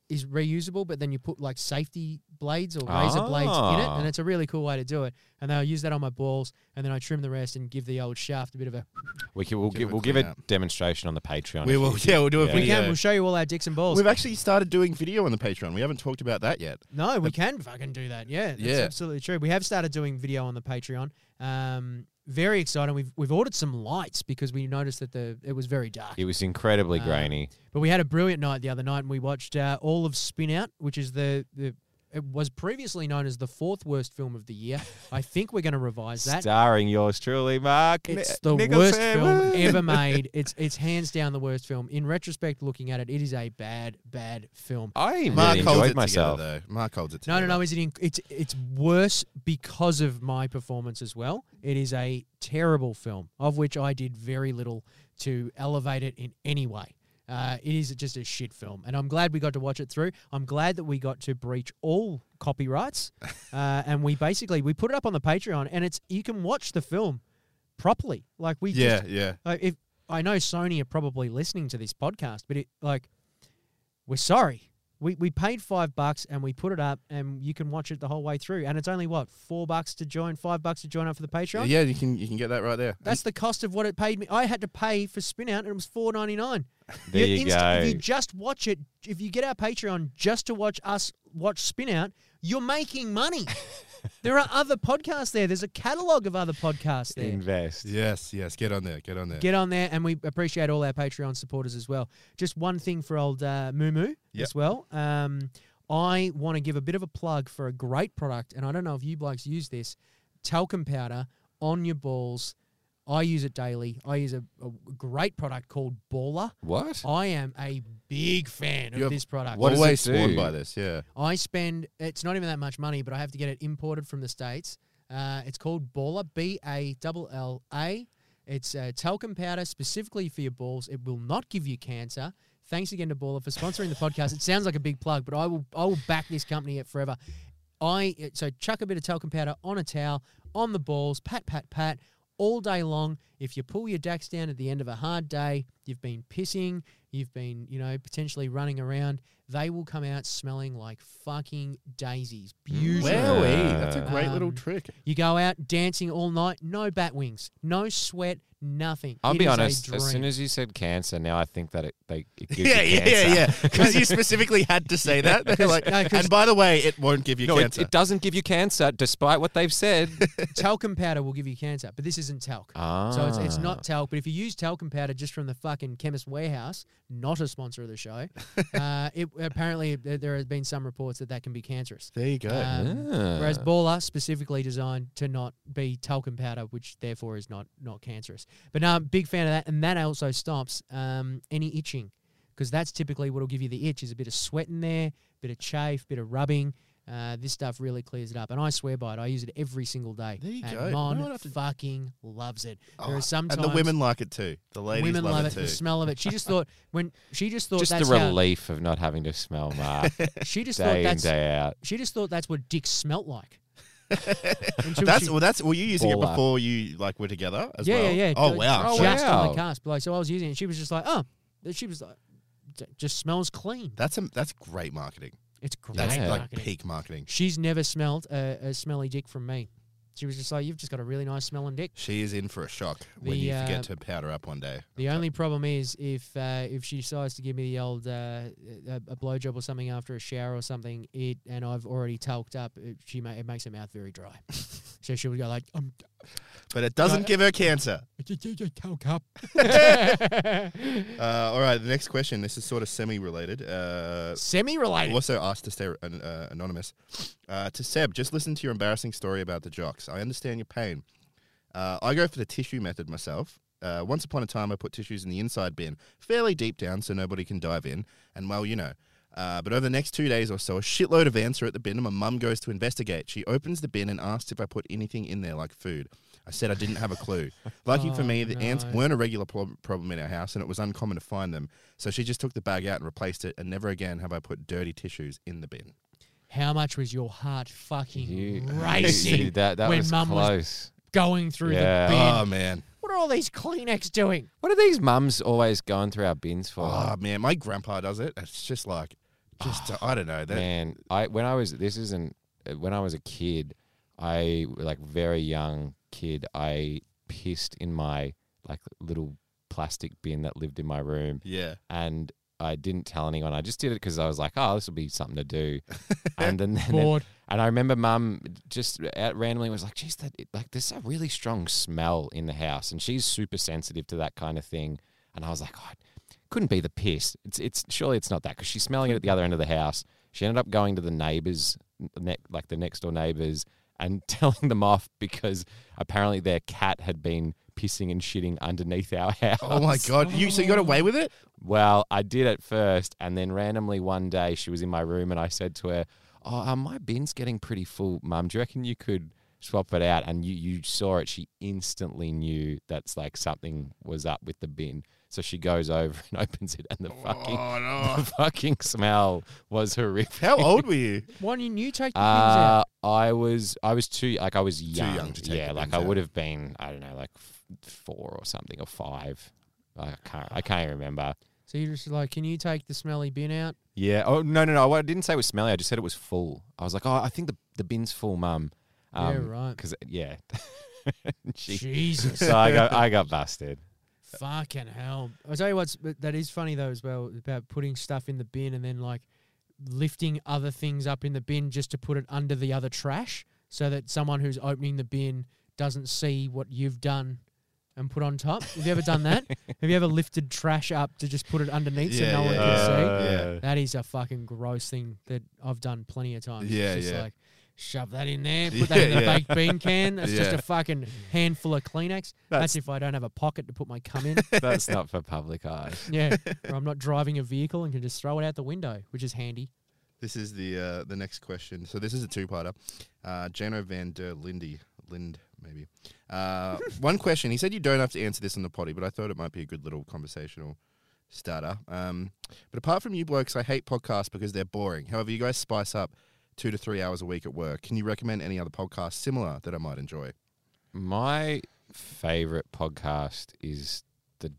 is reusable, but then you put like safety blades or razor blades in it,
Ah.
and it's a really cool way to do it. And then I use that on my balls, and then I trim the rest and give the old shaft a bit of a.
we can, we'll
Give
give,
it
we'll give
clean
a
up.
demonstration on the Patreon.
we
if
will.
you-
Yeah, we'll do a
Yeah.
We
video.
can. We'll show you all our dicks and balls.
We've actually started doing video on the Patreon. We haven't talked about that yet.
no, we can fucking do that. Yeah, that's
Yeah.
absolutely true. We have started doing video on the Patreon. Um, very exciting. We've we've ordered some lights because we noticed that the it was very dark.
It was incredibly
Um,
grainy.
But we had a brilliant night the other night, and we watched uh, all of Spin Out, which is the the it was previously known as the fourth worst film of the year. I think we're going to revise that.
Starring yours truly, Mark. Ni-
It's the
Nicholson.
worst film
Woo!
ever made. It's it's hands down the worst film. In retrospect, looking at it, it is a bad, bad film.
I really
Mark holds
enjoyed
it
myself.
together, though. Mark holds it
No,
together.
no, no. Is it? In, it's it's worse because of my performance as well. It is a terrible film of which I did very little to elevate it in any way. Uh, it is just a shit film, and I'm glad we got to watch it through. I'm glad that we got to breach all copyrights, uh, and we basically we put it up on the Patreon, and it's you can watch the film properly. Like we
Yeah,
just
yeah.
like if I know Sony are probably listening to this podcast, but it like we're sorry. We we paid five bucks and we put it up and you can watch it the whole way through. And it's only what, four bucks to join, five bucks to join up for the Patreon?
Yeah, you can you can get that right there.
That's the cost of what it paid me. I had to pay for spin out and it was four ninety nine.
There you
If you
go.
just watch it, if you get our Patreon just to watch us watch spin out, you're making money. there are other podcasts there. There's a catalogue of other podcasts there.
Invest.
yes, yes. Get on there. Get on there.
Get on there, and we appreciate all our Patreon supporters as well. Just one thing for old uh, Moo Moo
Yep.
as well. Um, I want to give a bit of a plug for a great product, and I don't know if you blokes use this talcum powder on your balls. I use it daily. I use a, a great product called Baller.
What?
I am a big fan
You
of
have-
this product.
What does
Always
it do?
sworn by this. Yeah.
I spend it's not even that much money, but I have to get it imported from the states. Uh, it's called Baller B A L L A. It's uh, talcum powder specifically for your balls. It will not give you cancer. Thanks again to Baller for sponsoring the podcast. It sounds like a big plug, but I will I will back this company at forever. I so chuck a bit of talcum powder on a towel on the balls, pat pat pat all day long. If you pull your DAX down at the end of a hard day, you've been pissing, you've been, you know, potentially running around, they will come out smelling like fucking daisies. Beautiful.
Wowee, that's a
Uh,
great little
um,
trick.
You go out dancing all night, no bat wings, no sweat, nothing.
I'll
It
be
is a
honest. As soon
dream.
as you said cancer, now I think that it they it gives
Yeah,
you
yeah,
cancer.
yeah, yeah. Because you specifically had to say that. They're like,
No, 'cause-
and by the way, it won't give you
No, it,
cancer.
it doesn't give you cancer, despite what they've said.
talcum powder will give you cancer, but this isn't talc.
ah.
So it's, it's not talc, but if you use talcum powder just from the fucking chemist warehouse, not a sponsor of the show, uh, it, apparently there, there have been some reports that that can be cancerous.
there you go.
Um,
Ah.
Uh.
Whereas Baller specifically designed to not be talcum powder, which therefore is not not cancerous. But no, I'm a big fan of that, and that also stops um, any itching, because that's typically what'll give you the itch is a bit of sweat in there, bit of chafe, bit of rubbing. Uh, this stuff really clears it up, and I swear by it. I use it every single day.
There you
and
go.
Mon
No, I'd have to-
fucking loves it.
Oh,
there are sometimes
and the women like it too. The ladies
women
love,
love
it,
The
too.
smell of it. She just thought when she just thought
just the
that's
relief of not having to smell Mark
how, she just thought
day in
that's
day out.
she just thought that's what dick smelt like. Until
That's
she-
well. That's were you using it
Baller.
before you like were together as
yeah,
well?
yeah, yeah.
Oh
Like,
wow.
Oh,
So
Just on
wow.
the cast, but like so, I was using it. and She was just like, oh, she was like, "J- just smells clean.
That's a, that's great marketing.
It's great.
That's
Yeah.
like
marketing.
peak marketing.
She's never smelled a, a smelly dick from me. She was just like, you've just got a really nice smelling dick.
She is in for a shock when
The,
you
uh,
forget to powder up one day.
The only problem is if uh, if she decides to give me the old uh, a, a blowjob or something after a shower or something, it and I've already talked up, it, she ma- it makes her mouth very dry. so she would go like, um,
But it doesn't give her cancer.
did you just talk up?
Uh, all right, the next question. This is sort of semi-related. Uh,
Semi-related.
also asked to stay an- uh, anonymous. Uh, to Seb, just listen to your embarrassing story about the jocks. I understand your pain. Uh, I go for the tissue method myself. Uh, once upon a time, I put tissues in the inside bin, fairly deep down so nobody can dive in, and well, you know. Uh, but over the next two days or so, a shitload of ants are at the bin, and my mum goes to investigate. She opens the bin and asks if I put anything in there, like food. I said I didn't have a clue. Lucky for
Oh,
me, the ants
no.
weren't a regular prob- problem in our house, and it was uncommon to find them. So she just took the bag out and replaced it, and never again have I put dirty tissues in the bin.
How much was your heart fucking
You-
racing
you- that that
when
was
mum was
close.
going through
Yeah.
the bin?
Oh man,
what are all these Kleenex doing?
What are these mums always going through our bins for?
oh man, my grandpa does it. It's just like, just
Oh,
I don't know. That,
Man, I when I was this isn't uh, when I was a kid, I like very young kid, I pissed in my like little plastic bin that lived in my room,
yeah,
and I didn't tell anyone. I just did it because I was like, oh, this will be something to do, and then, and then
Bored.
and I remember mum just out randomly was like, geez, that it, like there's a really strong smell in the house, and she's super sensitive to that kind of thing, and I was like, oh, it couldn't be the piss. It's it's surely it's not that because she's smelling it at the other end of the house. She ended up going to the neighbors, ne- like the next door neighbors, and telling them off because apparently their cat had been pissing and shitting underneath our house.
Oh my god, you so you got away with it?
Well, I did at first, and then randomly one day she was in my room, and I said to her, "Oh, uh, my bin's getting pretty full, Mum. Do you reckon you could swap it out?" And you you saw it. She instantly knew that's like something was up with the bin. So she goes over and opens it, and the fucking
Oh,
the fucking smell was horrific.
How old were you?
Why didn't you take the things out?
Uh, I was I was too like I was young.
young to take
yeah,
the
like
bins
I
out.
would have been I don't know like f- four or something or five. I can't I can't remember.
So you're just like, can you take the smelly bin out?
Yeah. Oh no, no, no. I didn't say it was smelly. I just said it was full. I was like, oh, I think the, the bin's full, mum.
yeah,
Um,
right.
Because yeah. She-
Jesus.
so I got I got busted.
Fucking hell! I'll tell you what's but that is funny though as well about putting stuff in the bin and then like lifting other things up in the bin just to put it under the other trash so that someone who's opening the bin doesn't see what you've done and put on top. Have you ever done that? Have you ever lifted trash up to just put it underneath
Yeah,
so no one
yeah,
can
Uh,
see?
yeah.
That is a fucking gross thing that I've done plenty of times. It's
Yeah,
just
yeah.
like shove that in there, put that in
Yeah,
the
yeah.
baked bean can. That's just
Yeah.
a fucking handful of Kleenex. That's, if I don't have a pocket to put my cum in.
That's not for public eye.
yeah. Or I'm not driving a vehicle and can just throw it out the window, which is handy.
This is the uh, the next question. So this is a two-parter. Uh, Jano van der Lindy Lind maybe. Uh, one question. He said you don't have to answer this on the potty, but I thought it might be a good little conversational starter. Um, but apart from you blokes, I hate podcasts because they're boring. However, you guys spice up two to three hours a week at work. Can you recommend any other podcasts similar that I might enjoy?
My favorite podcast is the.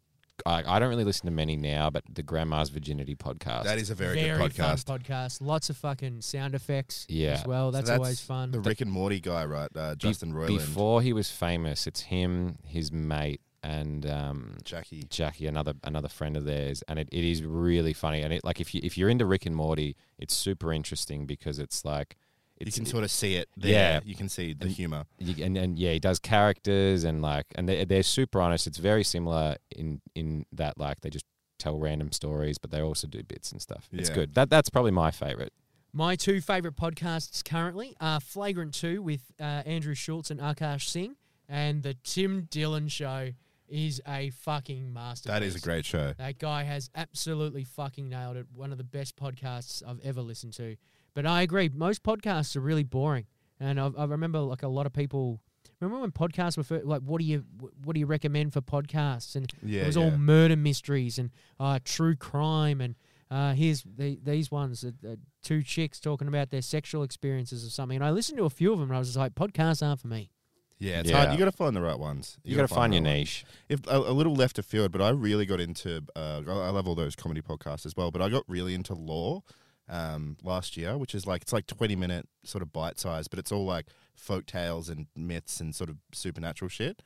I, I don't really listen to many now, but the Grandma's Virginity podcast.
That is a very, good podcast.
fun podcast. Lots of fucking sound effects.
Yeah.
as well.
So
That's, always fun.
The Rick and Morty guy, right? Uh,
Be-
Justin Roiland,
Before he was famous, it's him, his mate, and um,
Jackie.
Jackie, another another friend of theirs, and it, it is really funny. And it like if you if you're into Rick and Morty, it's super interesting because it's like
You
it's
can sort of see it. There.
Yeah.
you can see the
And-
humor.
you, and and yeah, he does characters and like and they they're super honest. It's very similar in in that like they just tell random stories, but they also do bits and stuff. It's
Yeah.
good. That that's probably my favorite.
My two favourite podcasts currently are Flagrant 2 with uh, Andrew Schultz and Akash Singh, and The Tim Dillon Show is a fucking masterpiece.
That is a great show.
That guy has absolutely fucking nailed it. One of the best podcasts I've ever listened to. But I agree, most podcasts are really boring. And I, I remember like a lot of people. Remember when podcasts were fir- like, what do you what do you recommend for podcasts? And
Yeah,
it was
yeah.
all murder mysteries and uh, true crime. And uh, here's the, these ones, uh, uh, two chicks talking about their sexual experiences or something. And I listened to a few of them, and I was just like, podcasts aren't for me.
Yeah, it's
Yeah.
hard. You got to find the right ones.
You, got to find your
name.
niche.
if a, a little left of field, but I really got into. Uh, I I love all those comedy podcasts as well, but I got really into law um, last year, which is like it's like twenty minute sort of bite size, but it's all like folk tales and myths and sort of supernatural shit.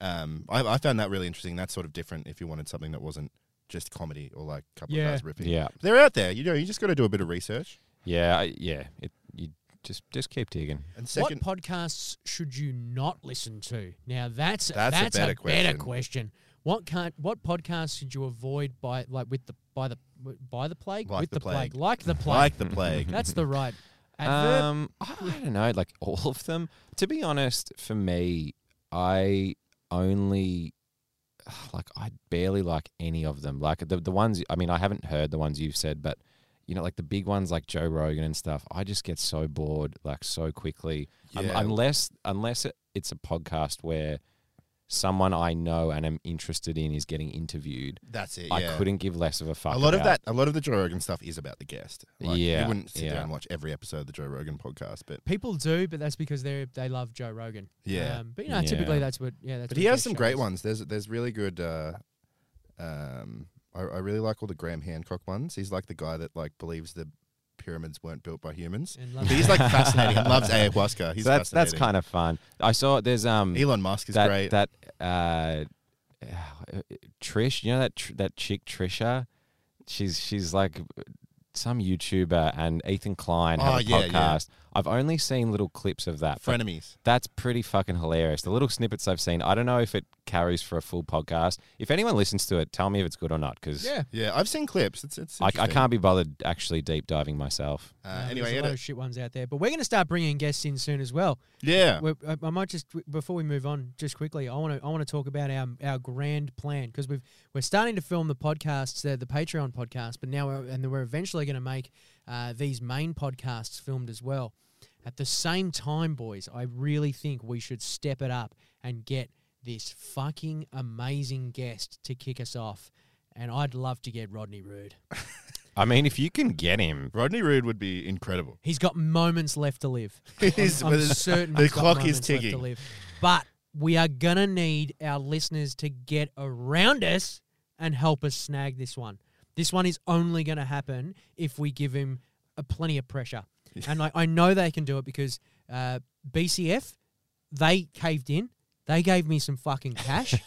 Um, I, I found that really interesting. That's sort of different if you wanted something that wasn't just comedy or like a couple
Yeah.
of guys riffing.
Yeah,
They're out there, you know. You just got to do a bit of research.
yeah, I- yeah. It, you just just keep digging.
And second,
what podcasts should you not listen to? Now that's
That's a better question.
question. What can't what podcasts should you avoid by like with the by the by the plague
Like
with
the
the plague.
plague.
like the plague?
like the plague,
that's the right adverb.
Um, I, I don't know, like all of them. To be honest, for me, I only like I barely like any of them. Like the the ones I mean, I haven't heard the ones you've said, but you know, like the big ones like Joe Rogan and stuff. I just get so bored like so quickly, Un-
Yeah.
unless unless it, it's a podcast where someone I know and am interested in is getting interviewed.
that's it.
I
yeah.
couldn't give less of a fuck.
a lot of
about-
that, a lot of the Joe Rogan stuff is about the guest. Like,
Yeah,
you wouldn't sit
yeah.
down and watch every episode of the Joe Rogan podcast, but
People do, but that's because they they love Joe Rogan.
Yeah.
um, but you know,
Yeah.
typically that's what. Yeah, that's.
but
what
he has
their
some
show
great
is.
ones. There's there's really good. Uh, um, I, I really like all the Graham Hancock ones. He's like the guy that like believes the pyramids weren't built by humans.
And uh,
But
love
he's like fascinating. He loves ayahuasca. He's
so that's that's
fascinating.
kind of fun. I saw there's um
Elon Musk is
that
great.
that uh, uh, Trish, you know that tr- that chick Trisha, she's she's like uh, some YouTuber and Ethan Klein
Oh,
have a
yeah, yeah.
podcast. I've only seen little clips of that. but
Frenemies.
That's pretty fucking hilarious. The little snippets I've seen, I don't know if it carries for a full podcast. If anyone listens to it, tell me if it's good or not, because
Yeah.
Yeah, I've seen clips. It's it's.
I, I
interesting.
can't be bothered actually deep diving myself.
Uh,
Um,
anyway,
there's a lot of shit ones out there, but we're going to start bringing guests in soon as well.
yeah,
Well, I, I might just before we move on, just quickly, I want to I want to talk about our our grand plan because we've we're starting to film the podcasts, uh, the, the Patreon podcast, but now we're, and then we're eventually going to make uh, these main podcasts filmed as well. At the same time, boys, I really think we should step it up and get this fucking amazing guest to kick us off. And I'd love to get Rodney Rood.
I mean, if you can get him,
Rodney Rood would be incredible.
He's got moments left to live.
He's-
I'm, I'm certain
the
he's got
clock is
moments left to
ticking.
live. But we are gonna need our listeners to get around us and help us snag this one. This one is only gonna happen if we give him a plenty of pressure. and I, I know they can do it because uh, BCF they caved in. They gave me some fucking cash. Do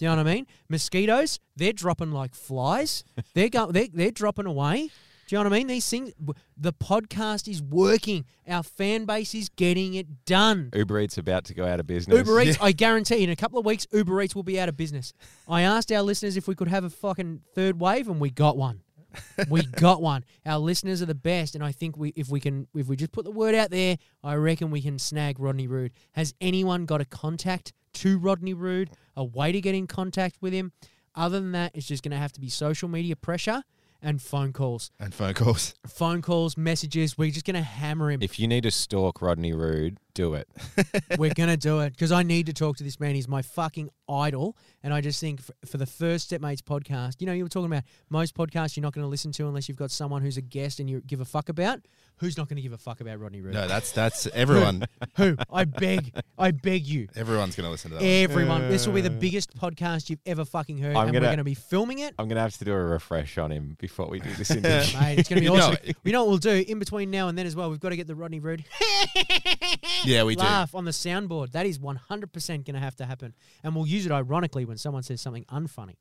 you know what I mean? Mosquitoes, they're dropping like flies. They're go- they're, they're dropping away. Do you know what I mean? These things, w- the podcast is working. Our fan base is getting it done.
Uber Eats about to go out of business.
Uber Eats, I guarantee in a couple of weeks, Uber Eats will be out of business. I asked our listeners if we could have a fucking third wave, and we got one. We got one. Our listeners are the best, and I think we if we can if we just put the word out there, I reckon we can snag Rodney Rood. Has anyone got a contact to Rodney Rood? A way to get in contact with him? Other than that, it's just going to have to be social media pressure and phone calls.
And phone calls.
Phone calls, messages. We're just going to hammer him.
If you need to stalk Rodney Rood, do it.
We're going to do it because I need to talk to this man. He's my fucking idol. And I just think for, for the first Stepmates podcast, you know, you were talking about most podcasts you're not going to listen to unless you've got someone who's a guest and you give a fuck about. Who's not going to give a fuck about Rodney Root?
No, that's that's everyone.
Who? I beg, I beg you.
everyone's gonna listen to that. one.
Everyone, this will be the biggest podcast you've ever fucking heard,
I'm
and
gonna-
we're going to be filming it.
I'm gonna have to do a refresh on him before we do this interview.
Mate, it's going to be
You know
awesome.
it.
You know what we'll do in between now and then as well? We've got to get the Rodney Root
Yeah, we do.
laugh on the soundboard. That is 100% going to have to happen. And we'll use it ironically when someone says something unfunny.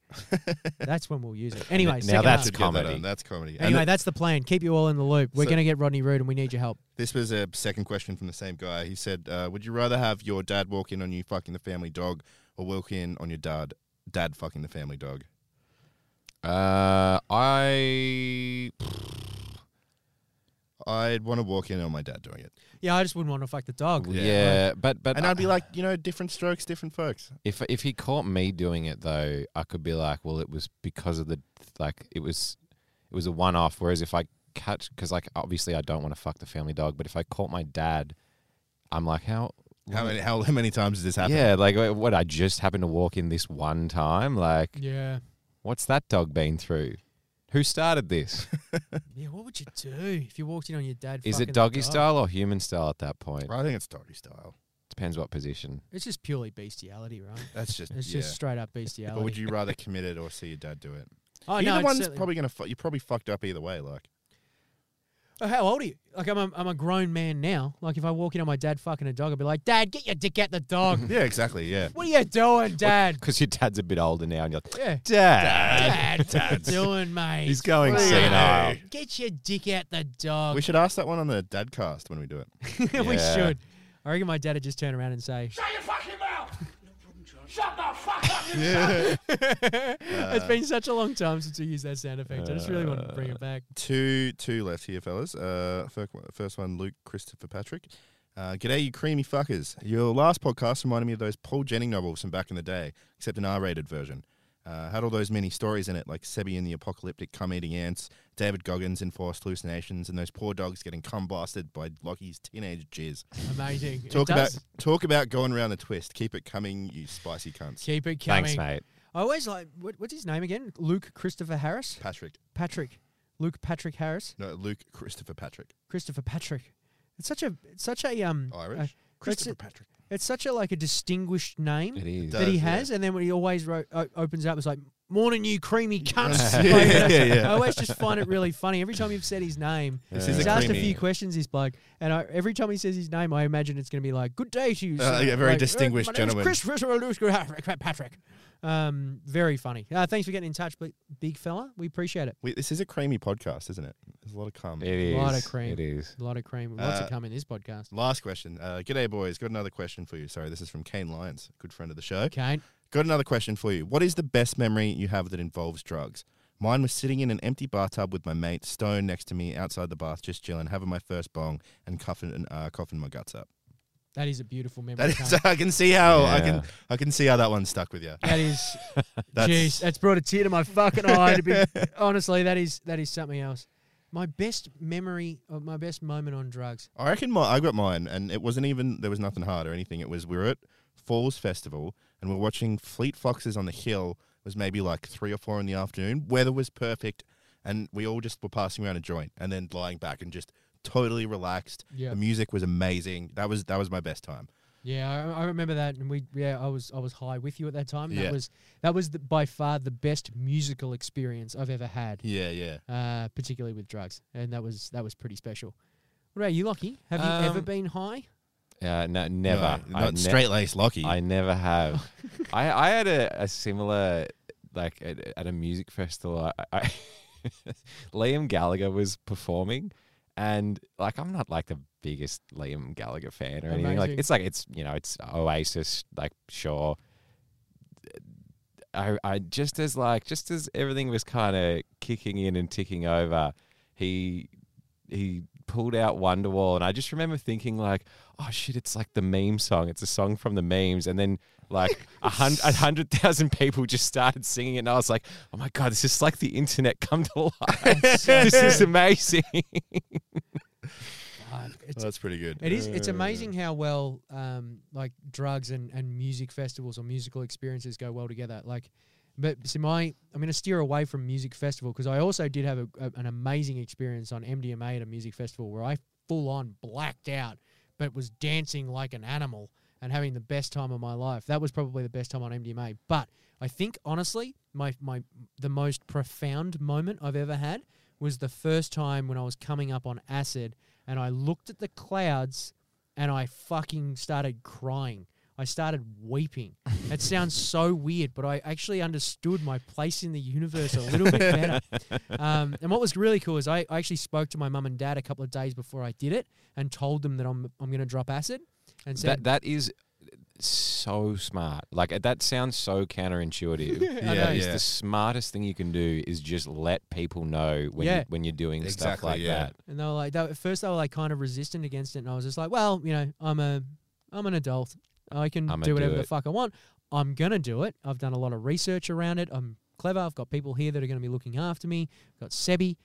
That's when we'll use it. Anyway,
now
second
that's
half.
Should get that
comedy.
on. That's comedy. And
Anyway, that's the plan. Keep you all in the loop. We're
So-
going to get Rodney Root and we need your help.
This was a second question from the same guy. He said, uh, "Would you rather have your dad walk in on you fucking the family dog, or walk in on your dad dad fucking the family dog?"
uh, I
I'd want to walk in on my dad doing it,
Yeah, I just wouldn't want to fuck the dog.
yeah,
Yeah.
but but
and I'd be like, you know, different strokes, different folks.
if if he caught me doing it though, I could be like, well, it was because of the like it was it was a one off. Whereas if I catch because like obviously I don't want to fuck the family dog, but if I caught my dad, I'm like, how
How many how many times has this happened?
Yeah, like uh, what I just happened to walk in this one time. Like,
Yeah.
what's that dog been through? Who started this?
Yeah, what would you do if you walked in on your dad?
Is
fucking
it
the
doggy
dog?
style or human style at that point?
I think it's doggy style.
Depends what position.
It's just purely bestiality, right?
That's just
It's
yeah.
just straight up bestiality.
But would you rather commit it or see your dad do it?
Oh,
either
no, it's
one's
certainly-
probably gonna. Fu- you're probably fucked up either way. Like,
Oh, how old are you? Like, I'm a, I'm a grown man now. Like, if I walk in on my dad fucking a dog, I'd be like, Dad, get your dick out the dog.
yeah, exactly. Yeah,
what are you doing, Dad?
Because your dad's a bit older now, and you're like,
Yeah.
Dad,
Dad, what are you doing, mate?
he's going
Hey.
senile.
Get your dick out the dog.
we should ask that one on the dad cast when we do it.
we
Yeah.
should. I reckon my dad would just turn around and say,
Shut your fucking mouth! Shut the fuck up! you-
Uh.
It's been such a long time since we used that sound effect. I just really want to bring it back.
Two two left here, fellas. Uh, fir- first one, Luke Christopher Patrick. Uh, G'day, you creamy fuckers. Your last podcast reminded me of those Paul Jennings novels from back in the day, except an R-rated version. Uh, had all those mini stories in it, like Sebi and the apocalyptic cum-eating ants, David Goggins' enforced hallucinations, and those poor dogs getting cum blasted by Lockie's teenage jizz.
Uh.
Amazing. It
Talk about
does.
talk about going around the twist. Keep it coming, you spicy cunts.
Keep it coming.
Thanks, mate.
I always like, what, what's his name again? Luke Christopher Harris?
Patrick,
Patrick. Luke Patrick Harris?
no, Luke Christopher Patrick,
Christopher Patrick. It's such a it's such a um
Irish.
uh,
Christopher
it.
Patrick.
it's such a like a distinguished name
It is.
that he
does, yeah.
has, and then when he always wrote, o- opens up, it's like "Morning, you creamy cunts."
Yeah,
Like,
yeah,
I
yeah.
always just find it really funny every time you've said his name.
This
He's
is a
asked a
creamy.
few questions, this bloke, and I, every time he says his name, I imagine it's going to be like "Good day to you."
Uh,
sir."
yeah, very
Like, "Uh,
distinguished
my name is
gentleman."
Chris Christopher Lewis- Patrick. Um, very funny. Uh, thanks for getting in touch, big- big fella. We appreciate it.
Wait, this is a creamy podcast, isn't it? There's a lot of cum.
It is.
Lot of cream.
It is.
A lot of cream. Lots
Uh,
of come in this podcast.
Last question. Uh, G'day, boys. Got another question for you. Sorry, this is from Kane Lyons, good friend of the show.
Kane.
Got another question for you. What is the best memory you have that involves drugs? Mine was sitting in an empty bathtub with my mate Stone next to me outside the bath, just chilling, having my first bong and cuffing and uh, coughing my guts up.
That is a beautiful memory.
That is,
Kane.
I can see how I can
Yeah.
I can see how that one stuck with you.
That is,
That's-
jeez, that's brought a tear to my fucking eye. To be honestly, that is that is something else. My best memory, of my best moment on drugs.
I reckon my I got mine, and it wasn't even there was nothing hard or anything. It was we were at Falls Festival, and we're watching Fleet Foxes on the hill. It was maybe like three or four in the afternoon. Weather was perfect, and we all just were passing around a joint, and then lying back and just totally relaxed.
Yeah.
The music was amazing. That was that was my best time.
Yeah, I, I remember that, and we yeah, I was I was high with you at that time. and
Yeah.
That was that was the, by far the best musical experience I've ever had,
Yeah, yeah.
uh, particularly with drugs, and that was that was pretty special. What about you, Lockie? Have you ever
Um,
been high?
Uh, no, never.
No,
I
not
ne-
straight laced Lockie.
I never have. I I had a, a similar like at, at a music festival. I, I Liam Gallagher was performing, and like I'm not like the biggest Liam Gallagher fan or anything. Like
Amazing.
it's like it's you know it's Oasis. Like sure, I I just as like just as everything was kind of kicking in and ticking over, he he pulled out Wonderwall, and I just remember thinking like, oh shit, it's like the meme song. It's a song from the memes, and then like a hundred a hundred thousand people just started singing it, and I was like, oh my god, this is like the internet come to life. this is amazing.
Uh, it
Well, that's pretty good.
It is. It's amazing how well um, like drugs and, and music festivals or musical experiences go well together. Like, but see, my I'm going to steer away from music festival because I also did have a, a- an amazing experience on MDMA at a music festival where I full on blacked out, but was dancing like an animal and having the best time of my life. That was probably the best time on MDMA. But I think honestly, my my the most profound moment I've ever had was the first time when I was coming up on acid and I looked at the clouds and I fucking started crying. I started weeping. That sounds so weird, but I actually understood my place in the universe a little bit better. Um, and what was really cool is I, I actually spoke to my mum and dad a couple of days before I did it and told them that I'm I'm going to drop acid and said
That that is so smart. Like uh, that sounds so counterintuitive.
I
Yeah,
know.
That is
yeah.
the smartest thing you can do is just let people know when
Yeah.
you, when you're doing stuff
Exactly,
like
yeah.
that.
And they were like, they were, at first they were like kind of resistant against it, and I was just like, well, you know, I'm a, I'm an adult. I can
I'ma
do whatever
do
the
it."
fuck I want. I'm gonna do it. I've done a lot of research around it. I'm clever. I've got people here that are gonna be looking after me. I've got Sebi,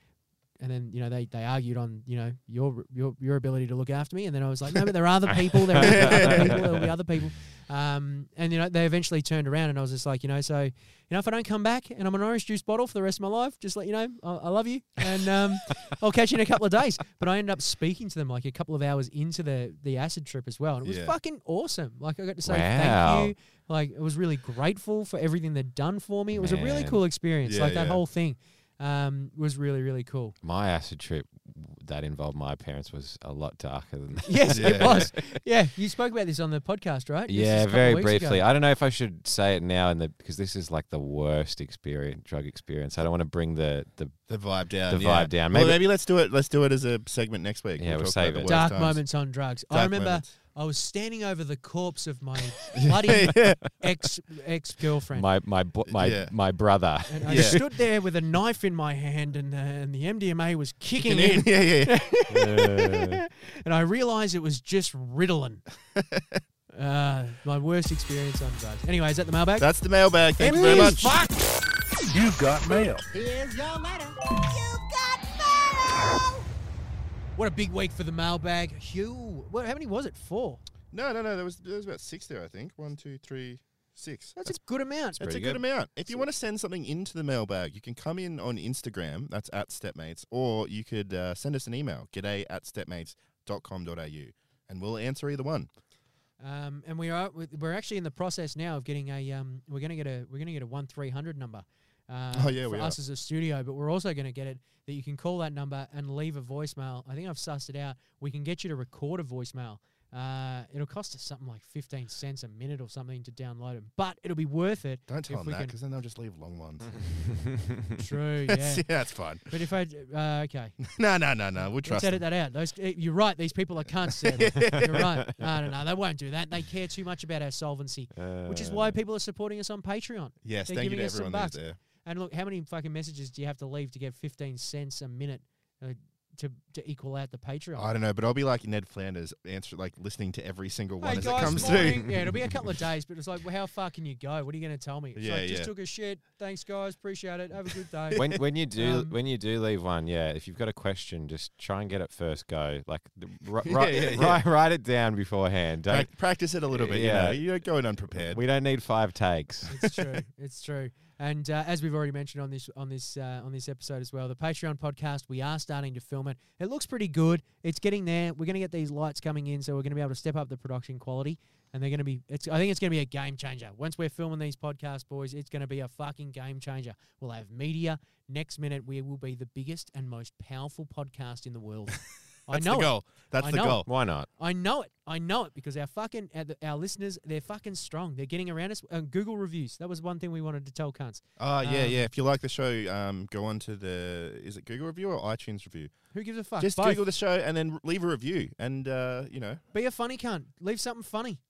and then you know they, they argued on you know your your your ability to look after me, and then I was like, no, but there are other people. There are other people. There will be other people. Um, and you know they eventually turned around, and I was just like, you know, so you know if I don't come back and I'm an orange juice bottle for the rest of my life, just let you know I, I love you, and um, I'll catch you in a couple of days. But I ended up speaking to them like a couple of hours into the the acid trip as well, and it was
Yeah.
fucking awesome. Like I got to say
Wow.
thank you. Like I was really grateful for everything they'd done for me. It was a really
Man.
cool experience.
Yeah,
like that
yeah.
whole thing um, was really really cool.
My acid trip that involved my parents was a lot darker than that.
Yes, it
Yeah.
was. Yeah, you spoke about this on the podcast, right? This was a
Yeah,
couple of
very
weeks ago.
briefly. I don't know if I should say it now, in the because this is like the worst experience, drug experience. I don't want to bring the the
The vibe down.
The
yeah.
vibe down.
Well,
Maybe-
maybe let's do it. Let's do it as a segment next week.
Yeah, we'll
talk
save
about the
it.
worst
Dark
times.
moments on drugs. I
Dark
remember
moments.
I was standing over the corpse of my bloody
yeah.
ex ex girlfriend.
my my bl- my
Yeah.
my brother.
and I
Yeah.
stood there with a knife in my hand, and the, and the MDMA was kicking in.
yeah, yeah, yeah.
and I realised it was just Ritalin. uh, my worst experience on drugs. Anyway, is that the mailbag?
That's the mailbag. Thank you
It
very
is,
much.
fuck.
You've got mail.
What a big week for the mailbag. Hugh, what, how many was it? Four.
No, no, no. There was there was about six there. I think one, two, three, six.
That's, a good amount.
That's a
pretty good.
good, amount. If you want to send something into the mailbag, you can come in on Instagram, that's at stepmates, or you could uh, send us an email, g'day at stepmates.com.au, and we'll answer either one.
Um, and we are we- we're actually in the process now of getting a um, we're gonna get a we're gonna get a one three hundred number. Um,
Oh, yeah,
for
we
us as a studio, but we're also going to get it that you can call that number and leave a voicemail. I think I've sussed it out. We can get you to record a voicemail. Uh, it'll cost us something like fifteen cents a minute or something to download it, but it'll be worth it.
Don't tell
if
them
we
that because then they'll just leave long ones.
can. True,
yeah.
yeah.
that's fine.
But if I uh, okay,
No, no, no, no. We'll
Let's
trust
edit
them.
that out. Those, eh, you're right. These people are cunts. Seb. you're right. No, no, no. They won't do that. They care too much about our solvency, which is
Uh.
why people are supporting us on Patreon.
Yes,
They're
thank you
giving
to
us some
everyone that's
bucks.
there.
And look, how many fucking messages do you have to leave to get 15 cents a minute uh, to to equal out the Patreon?
I don't know, but I'll be like Ned Flanders, answer like listening to every single one
Hey
as
guys,
it comes
morning.
through.
Yeah, it'll be a couple of days, but it's like, well, how far can you go? What are you going to tell me? It's
Yeah,
like, just
yeah.
took a shit. Thanks, guys. Appreciate it. Have a good day.
when when you do
Um,
when you do leave one, yeah, if you've got a question, just try and get it first go. Like the- ri-
Yeah,
ri-
yeah, yeah.
ri- write it down beforehand. Don't
Prac- practice it a little bit.
Yeah.
You know, you're going unprepared.
we don't need five takes.
It's true. It's true. And uh, as we've already mentioned on this on this uh, on this episode as well, the Patreon podcast, we are starting to film it. It looks pretty good. It's getting there. We're going to get these lights coming in, so we're going to be able to step up the production quality. And they're going to be. It's, I think it's going to be a game changer. Once we're filming these podcasts, boys, it's going to be a fucking game changer. We'll have media next minute. We will be the biggest and most powerful podcast in the world. I
That's
know
the
it.
goal. That's
I
the
know it.
goal.
Why not?
I know it. I know it because our fucking our- the- our listeners, they're fucking strong. They're getting around us. Uh, Google reviews. That was one thing we wanted to tell cunts.
Oh yeah,
Um,
yeah. If you like the show, um, go on to the is it Google review or iTunes review?
Who gives a fuck?
Just
Both.
Google the show and then leave a review, and uh, you know,
Be a funny cunt. Leave something funny.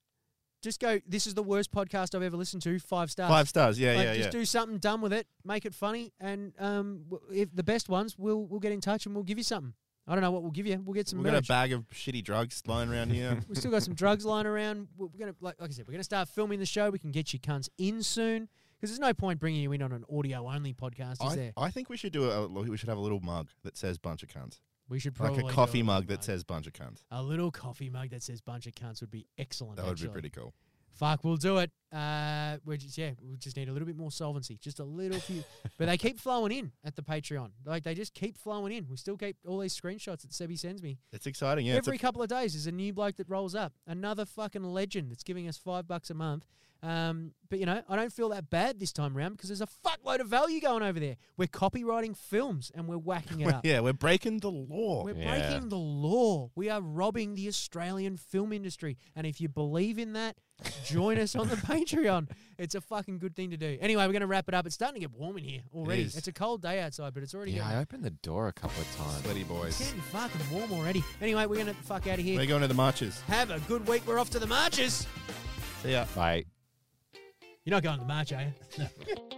Just go. This is the worst podcast I've ever listened to. Five stars.
five stars. Yeah,
Uh, Like,
yeah, yeah.
Just do something dumb with it. Make it funny, and um, w- if the best ones, we'll we'll get in touch and we'll give you something. I don't know what we'll give you. We'll get some
We've got a
merch.
bag of shitty drugs lying around here.
We've still got some drugs lying around. We're we're gonna, like, like I said, we're gonna start filming the show. We can get you cunts in soon because there's no point bringing you in on an audio only podcast, is
I,
there?
I think we should do a. We should have a little mug that says "bunch of cunts."
We should
Like
probably
a
do
coffee
little
mug that says bunch of cunts.
a little coffee mug that says "bunch of cunts" would be excellent.
That would be
actually.
pretty cool.
Fuck, we'll do it. Uh, we just yeah, we just need a little bit more solvency, just a little few. but they keep flowing in at the Patreon. Like they just keep flowing in. We still keep all these screenshots that Sebi sends me.
It's exciting. Yeah, it's a-
Every couple of days is a new bloke that rolls up, another fucking legend that's giving us five bucks a month. Um, but you know, I don't feel that bad this time round because there's a fuckload of value going over there. We're copywriting films and we're whacking it up.
yeah, we're breaking the law.
We're
Yeah.
breaking the law. We are robbing the Australian film industry. And if you believe in that, join us on the Patreon. It's a fucking good thing to do. Anyway, we're going to wrap it up. It's starting to get warm in here already.
is.
it's a cold day outside, but it's already
Yeah, I
getting,
opened the door a couple of times.
Sweaty boys.
it's getting fucking warm already. Anyway, we're going to fuck out of here.
We're going to the marches.
Have a good week. We're off to the marches.
See ya.
Bye.
You're not going to the march, are you?